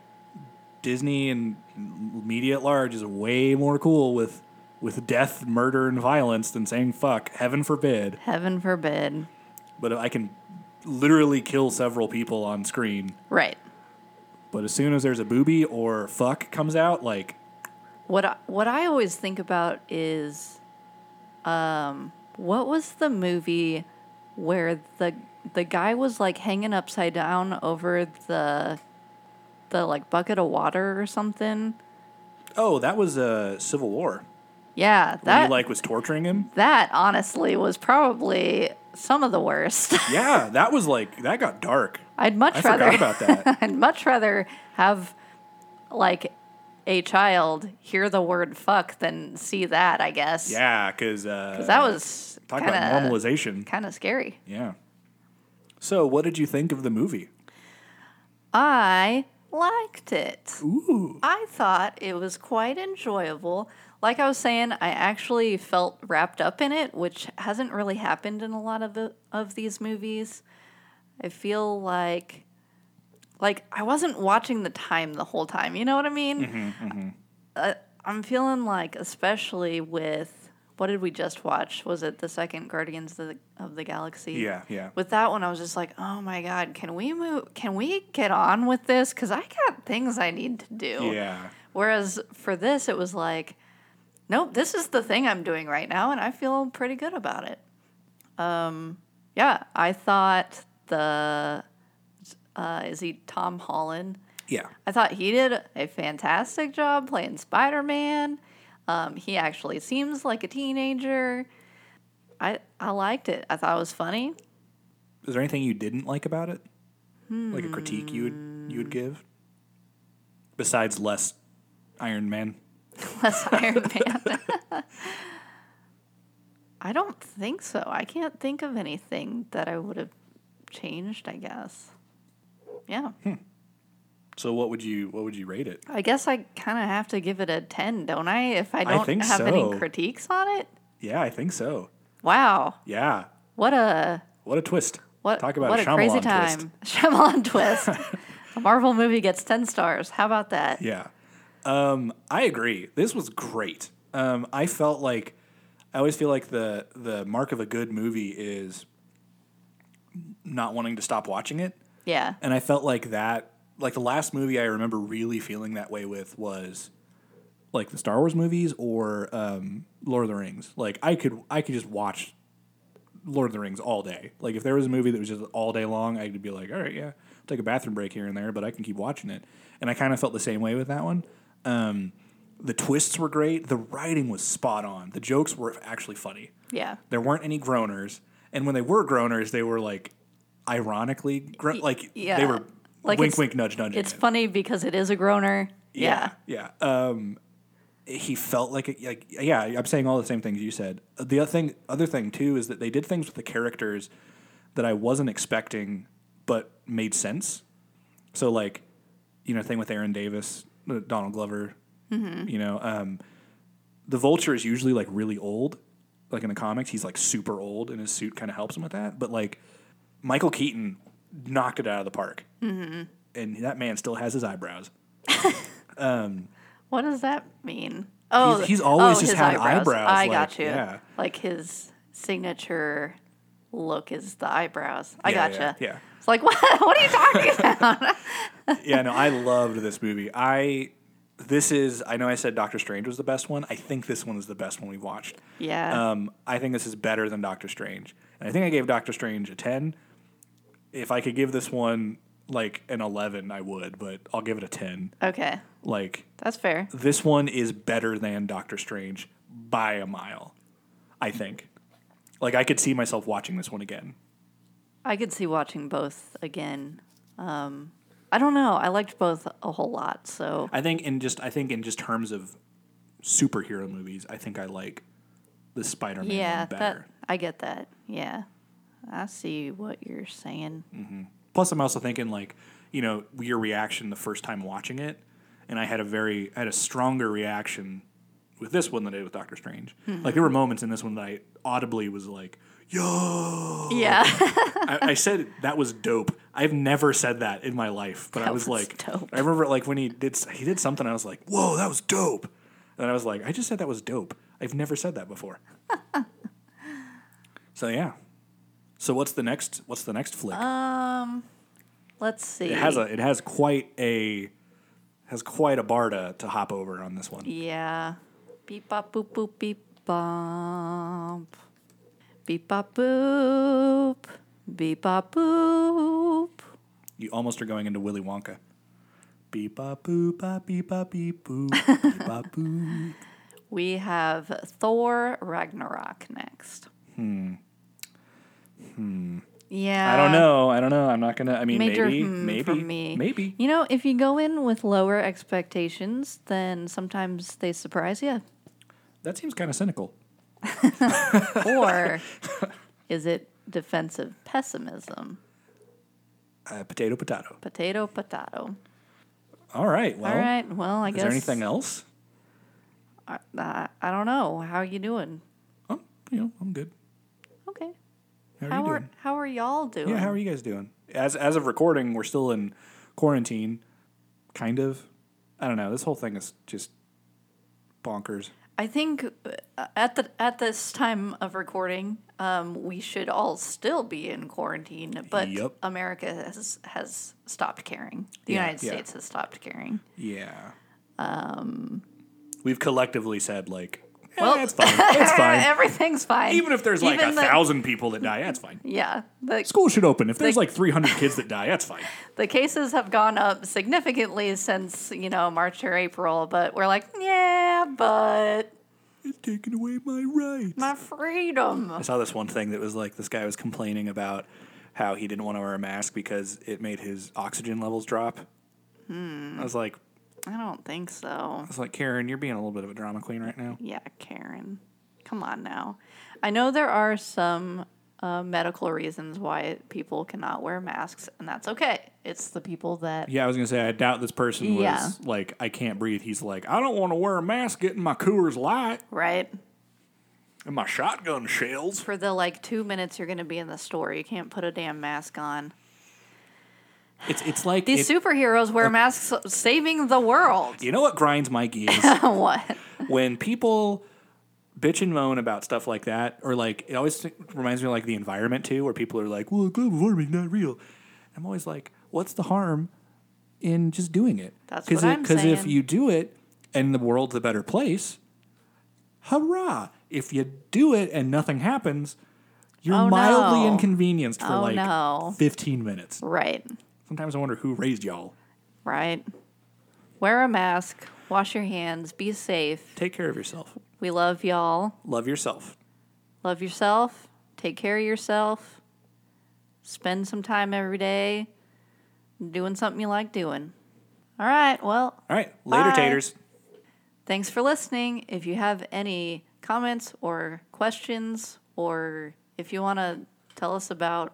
A: Disney and media at large is way more cool with with death, murder, and violence than saying "fuck." Heaven forbid.
B: Heaven forbid.
A: But I can literally kill several people on screen.
B: Right.
A: But as soon as there's a booby or fuck comes out, like
B: What I, what I always think about is, um, what was the movie where the the guy was like hanging upside down over the the like bucket of water or something?
A: oh, that was a uh, Civil War.
B: Yeah,
A: When he
B: that
A: like was torturing him.
B: that honestly was probably some of the worst. (laughs)
A: Yeah, that was like that got dark.
B: I'd much
A: I
B: rather
A: forgot about that.
B: (laughs) I'd much rather have like a child hear the word fuck than see that, I guess.
A: Yeah, because uh,
B: 'Cause that was
A: talk
B: kind
A: about
B: of
A: normalization.
B: kind of scary.
A: Yeah. So, what did you think of the movie?
B: I liked it.
A: Ooh,
B: I thought it was quite enjoyable. Like I was saying, I actually felt wrapped up in it, which hasn't really happened in a lot of the, of these movies. I feel like like I wasn't watching the time the whole time. You know what I mean?
A: Mm-hmm,
B: Uh, I'm feeling like, especially with what did we just watch? Was it the second Guardians of the, of the Galaxy?
A: Yeah, yeah.
B: With that one, I was just like, oh my god, can we move? Can we get on with this? Because I got things I need to do.
A: yeah.
B: Whereas for this, it was like, nope, this is the thing I'm doing right now, and I feel pretty good about it. Um, yeah, I thought the uh, is he Tom Holland?
A: Yeah.
B: I thought he did a fantastic job playing Spider Man. Um, he actually seems like a teenager. I I liked it. I thought it was funny.
A: Is there anything you didn't like about it? Like a critique you would you would give? Besides less Iron Man. (laughs)
B: Less Iron Man. (laughs) I don't think so. I can't think of anything that I would have changed. I guess. Yeah.
A: Hmm. So what would you what would you rate it?
B: I guess I kind of have to give it a 10, don't I? If I don't
A: think
B: have any
A: so.
B: critiques on it?
A: Yeah, I think so.
B: Wow.
A: Yeah.
B: What a
A: What a twist.
B: what
A: Talk about
B: what a,
A: Shyamalan
B: crazy
A: twist.
B: time. (laughs)
A: (laughs)
B: Shyamalan twist. a Marvel movie gets 10 stars. How about that?
A: Yeah. Um, I agree. This was great. Um, I felt like I always feel like the the mark of a good movie is not wanting to stop watching it.
B: Yeah.
A: And I felt like that like the last movie I remember really feeling that way with was like the Star Wars movies or um, Lord of the Rings. Like I could I could just watch Lord of the Rings all day. Like if there was a movie that was just all day long, I'd be like, all right, yeah, take a bathroom break here and there, but I can keep watching it. And I kind of felt the same way with that one. Um, the twists were great. The writing was spot on. The jokes were actually funny.
B: Yeah.
A: There weren't any groaners, and when they were groaners, they were like ironically gro- like
B: yeah.
A: they were
B: Like,
A: wink
B: it's-
A: wink nudge nudge.
B: It's funny because it is a groaner. Yeah.
A: yeah. yeah. Um, he felt like a, like yeah. I'm saying all the same things you said. The other thing, other thing too, is that they did things with the characters that I wasn't expecting, but made sense. So like, you know, thing with Aaron Davis, uh, Donald Glover. You know, um, the Vulture is usually like really old. Like in the comics, he's like super old, and his suit kind of helps him with that. But like, Michael Keaton knocked it out of the park, and that man still has his eyebrows.
B: What does that mean? Oh,
A: he's always
B: oh,
A: just
B: his
A: had
B: eyebrows.
A: eyebrows,
B: I
A: like,
B: got you.
A: yeah.
B: Like his signature look is the eyebrows. I
A: Yeah,
B: gotcha.
A: yeah, yeah.
B: It's like, (laughs) what? What are you talking
A: (laughs)
B: about?
A: yeah, no, I loved this movie. I this is I know I said Doctor Strange was the best one. I think this one is the best one we watched.
B: Yeah.
A: Um, I think this is better than Doctor Strange, and I think I gave Doctor Strange a ten. If I could give this one like an eleven, I would, but I'll give it a ten.
B: okay.
A: Like
B: That's fair.
A: this one is better than Doctor Strange by a mile. I think. Like I could see myself watching this one again.
B: I could see watching both again. Um, I don't know. I liked both a whole lot. So
A: I think in just I think in just terms of superhero movies, I think I like the Spider-Man
B: yeah,
A: one better.
B: that I get that. Yeah, I see what you're saying.
A: Mm-hmm. Plus, I'm also thinking like you know your reaction the first time watching it, and I had a very I had a stronger reaction with this one than I did with Doctor Strange.
B: Hmm.
A: Like there were moments in this one that I audibly was like, "Yo!"
B: Yeah, (laughs)
A: I, I said that was dope. I've never said that in my life, but I
B: That
A: was,
B: was
A: like,
B: dope.
A: I remember like when he did s- he did something, I was like, "Whoa, that was dope!" And I was like, "I just said that was dope. I've never said that before." (laughs) so yeah. So what's the next? What's the next flick?
B: Um, let's see.
A: it has a it has quite a has quite a bar to, to hop over on this one.
B: yeah. Beep bop boop boop beep bump. Beep bop boop. Beep bop boop.
A: You almost are going into Willy Wonka. Beep bop boop bop beep bop beep
B: (laughs)
A: boop beep bop boop.
B: We have Thor Ragnarok next. Hmm. Hmm. Yeah.
A: I don't know. I don't know. I'm not gonna. I mean,
B: Major
A: maybe,
B: hmm
A: maybe,
B: from me.
A: maybe.
B: You know, if you go in with lower expectations, then sometimes they surprise you.
A: That seems kind of cynical. (laughs)
B: Or is it defensive pessimism?
A: Uh, potato, potato.
B: Potato, potato.
A: All right. Well,
B: All right. Well,
A: Oh,
B: I
A: is
B: guess.
A: there anything else?
B: I, I, I don't know. How are you doing?
A: I'm, Um, you know, I'm good.
B: Okay.
A: How are
B: how
A: you doing?
B: are how are y'all doing?
A: Yeah. How are you guys doing? As as of recording, we're still in quarantine, kind of. I don't know. This whole thing is just bonkers.
B: I think uh, at the at this time of recording, um, we should all still be in quarantine, but
A: Yep.
B: America has has stopped caring. The
A: Yeah,
B: United
A: yeah.
B: States has stopped caring. (laughs)
A: Yeah. Um. We've collectively said like, eh,
B: Um, Well-
A: it's fine.
B: (laughs)
A: It's fine.
B: Everything's fine.
A: Even if there's like
B: Even
A: a
B: the-
A: thousand people that die, that's fine.
B: Yeah, the
A: School should open. If there's like 300 kids that die, (laughs) that's fine.
B: the cases have gone up significantly since you know March or April, but we're like, yeah, but
A: It's taking away my rights.
B: My freedom.
A: I saw this one thing that was like this guy was complaining about how he didn't want to wear a mask because it made his oxygen levels drop. I was like, I
B: I don't think so.
A: was like, Karen, you're being a little bit of a drama queen right now.
B: Yeah, Karen. Come on now. I know there are some uh, medical reasons why people cannot wear masks, and that's okay. It's the people that.
A: Yeah, I was gonna say I doubt this person was
B: Yeah.
A: like, I can't breathe. He's like, I don't want to wear a mask, getting my Coors Light
B: Right?
A: and my shotgun shells.
B: For the like two minutes you're going to be in the store, you can't put a damn mask on.
A: It's it's like
B: These
A: it-
B: superheroes wear masks saving the world.
A: you know what grinds my gears
B: (laughs) what?
A: when people bitch and moan about stuff like that, or like it always reminds me of like the environment too, where people are like, "Well, global warming's not real." I'm always like, "What's the harm in just doing it?"
B: That's
A: Cause
B: what
A: it-
B: I'm
A: if
B: saying.
A: you do it, and the world's a better place, hurrah! If you do it and nothing happens, you're
B: Oh,
A: mildly
B: no.
A: inconvenienced for
B: Oh,
A: like
B: no.
A: 15 minutes.
B: Right.
A: Sometimes I wonder who raised y'all.
B: Right. Wear a mask, wash your hands, be safe.
A: Take care of yourself.
B: We love y'all.
A: Love yourself.
B: love yourself, take care of yourself, spend some time every day doing something you like doing. All right, well,
A: All right, later,
B: Bye.
A: taters.
B: thanks for listening. If you have any comments or questions, or if you want to tell us about,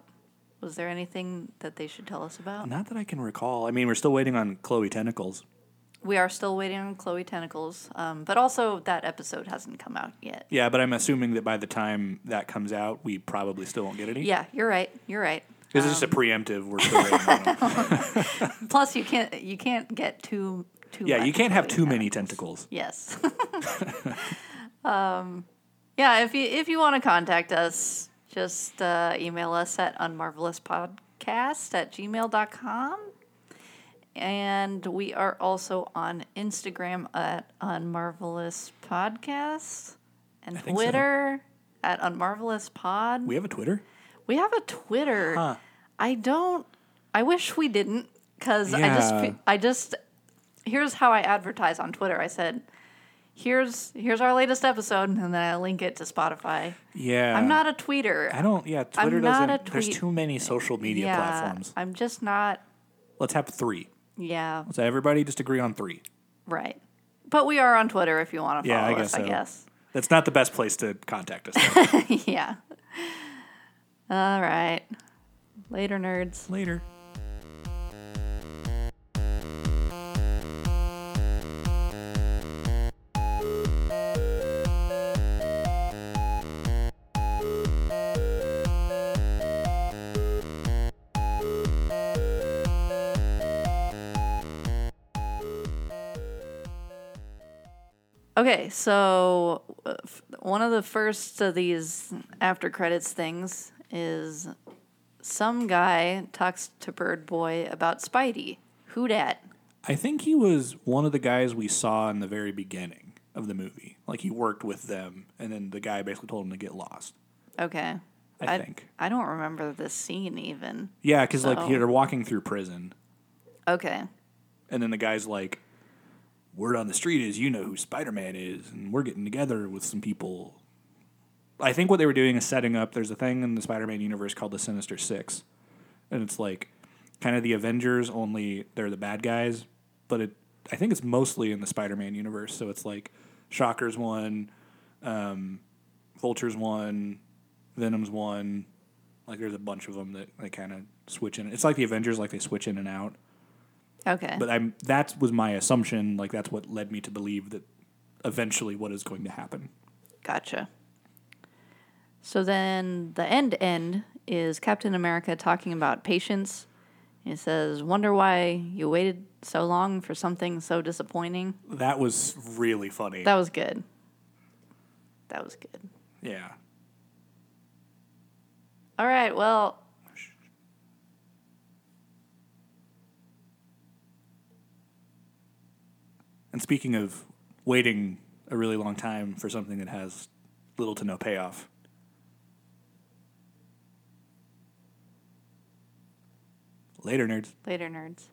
B: was there anything that they should tell us about?
A: Not that I can recall. I mean, we're still waiting on Chloe Tentacles.
B: We are still waiting on Chloe Tentacles, um, but also that episode hasn't come out yet.
A: Yeah, but I'm assuming that by the time that comes out, we probably still won't get any.
B: Yeah, you're right. You're right.
A: This is just a preemptive. We're still waiting on them.
B: Plus, you can't you can't get too too.
A: Yeah, you
B: much
A: can't have
B: Chloe
A: too many tentacles.
B: Yes. (laughs) um, yeah, if you if you want to contact us, just uh, email us at unmarvelouspodcast at gmail.com. And we are also on Instagram at unmarvelouspodcast and
A: think so.
B: Twitter at unmarvelouspod.
A: We have a Twitter.
B: We have a Twitter. I don't. I wish we didn't, because I just.
A: Yeah.
B: fe- I just. Here's how I advertise on Twitter. I said, "Here's here's our latest episode," and then I link it to Spotify.
A: Yeah,
B: I'm not a tweeter.
A: I don't. Yeah, Twitter
B: not
A: doesn't.
B: a
A: There's
B: tweet-
A: too many social media
B: yeah,
A: platforms.
B: I'm just not.
A: Let's have three.
B: Yeah,
A: So everybody just agree on three.
B: right. But we are on Twitter if you want to
A: Yeah,
B: follow
A: I
B: us.
A: guess
B: I
A: so.
B: guess. (laughs)
A: That's not the best place to contact us. (laughs) though.
B: yeah. All right. Later, nerds.
A: Later.
B: Okay, so uh, f- one of the first of these after credits things is some guy talks to Bird Boy about Spidey. Who dat?
A: I think he was one of the guys we saw in the very beginning of the movie. Like he worked with them, and then the guy basically told him to get lost.
B: Okay.
A: I think.
B: I don't remember this scene even.
A: Yeah, because like
B: So-
A: they're walking through prison,
B: Okay.
A: and then the guy's like, "Word on the street is you know who Spider Man is, and we're getting together with some people." I think what they were doing is setting up. There's a thing in the Spider Man universe called the Sinister Six, and it's like kind of the Avengers, only they're the bad guys. But it, I think it's mostly in the Spider Man universe, so it's like Shocker's one, um, Vulture's one, Venom's one. Like there's a bunch of them that they kind of switch in. It's like the Avengers, like they switch in and out
B: Okay.
A: but I'm that was my assumption. Like that's what led me to believe that eventually what is going to happen.
B: gotcha. So then the end end is Captain America talking about patience. He says, "Wonder why you waited so long for something so disappointing."
A: That was really funny.
B: That was good. That was good.
A: yeah.
B: All right. Well,
A: And speaking of waiting a really long time for something that has little to no payoff, later, nerds.
B: later, nerds.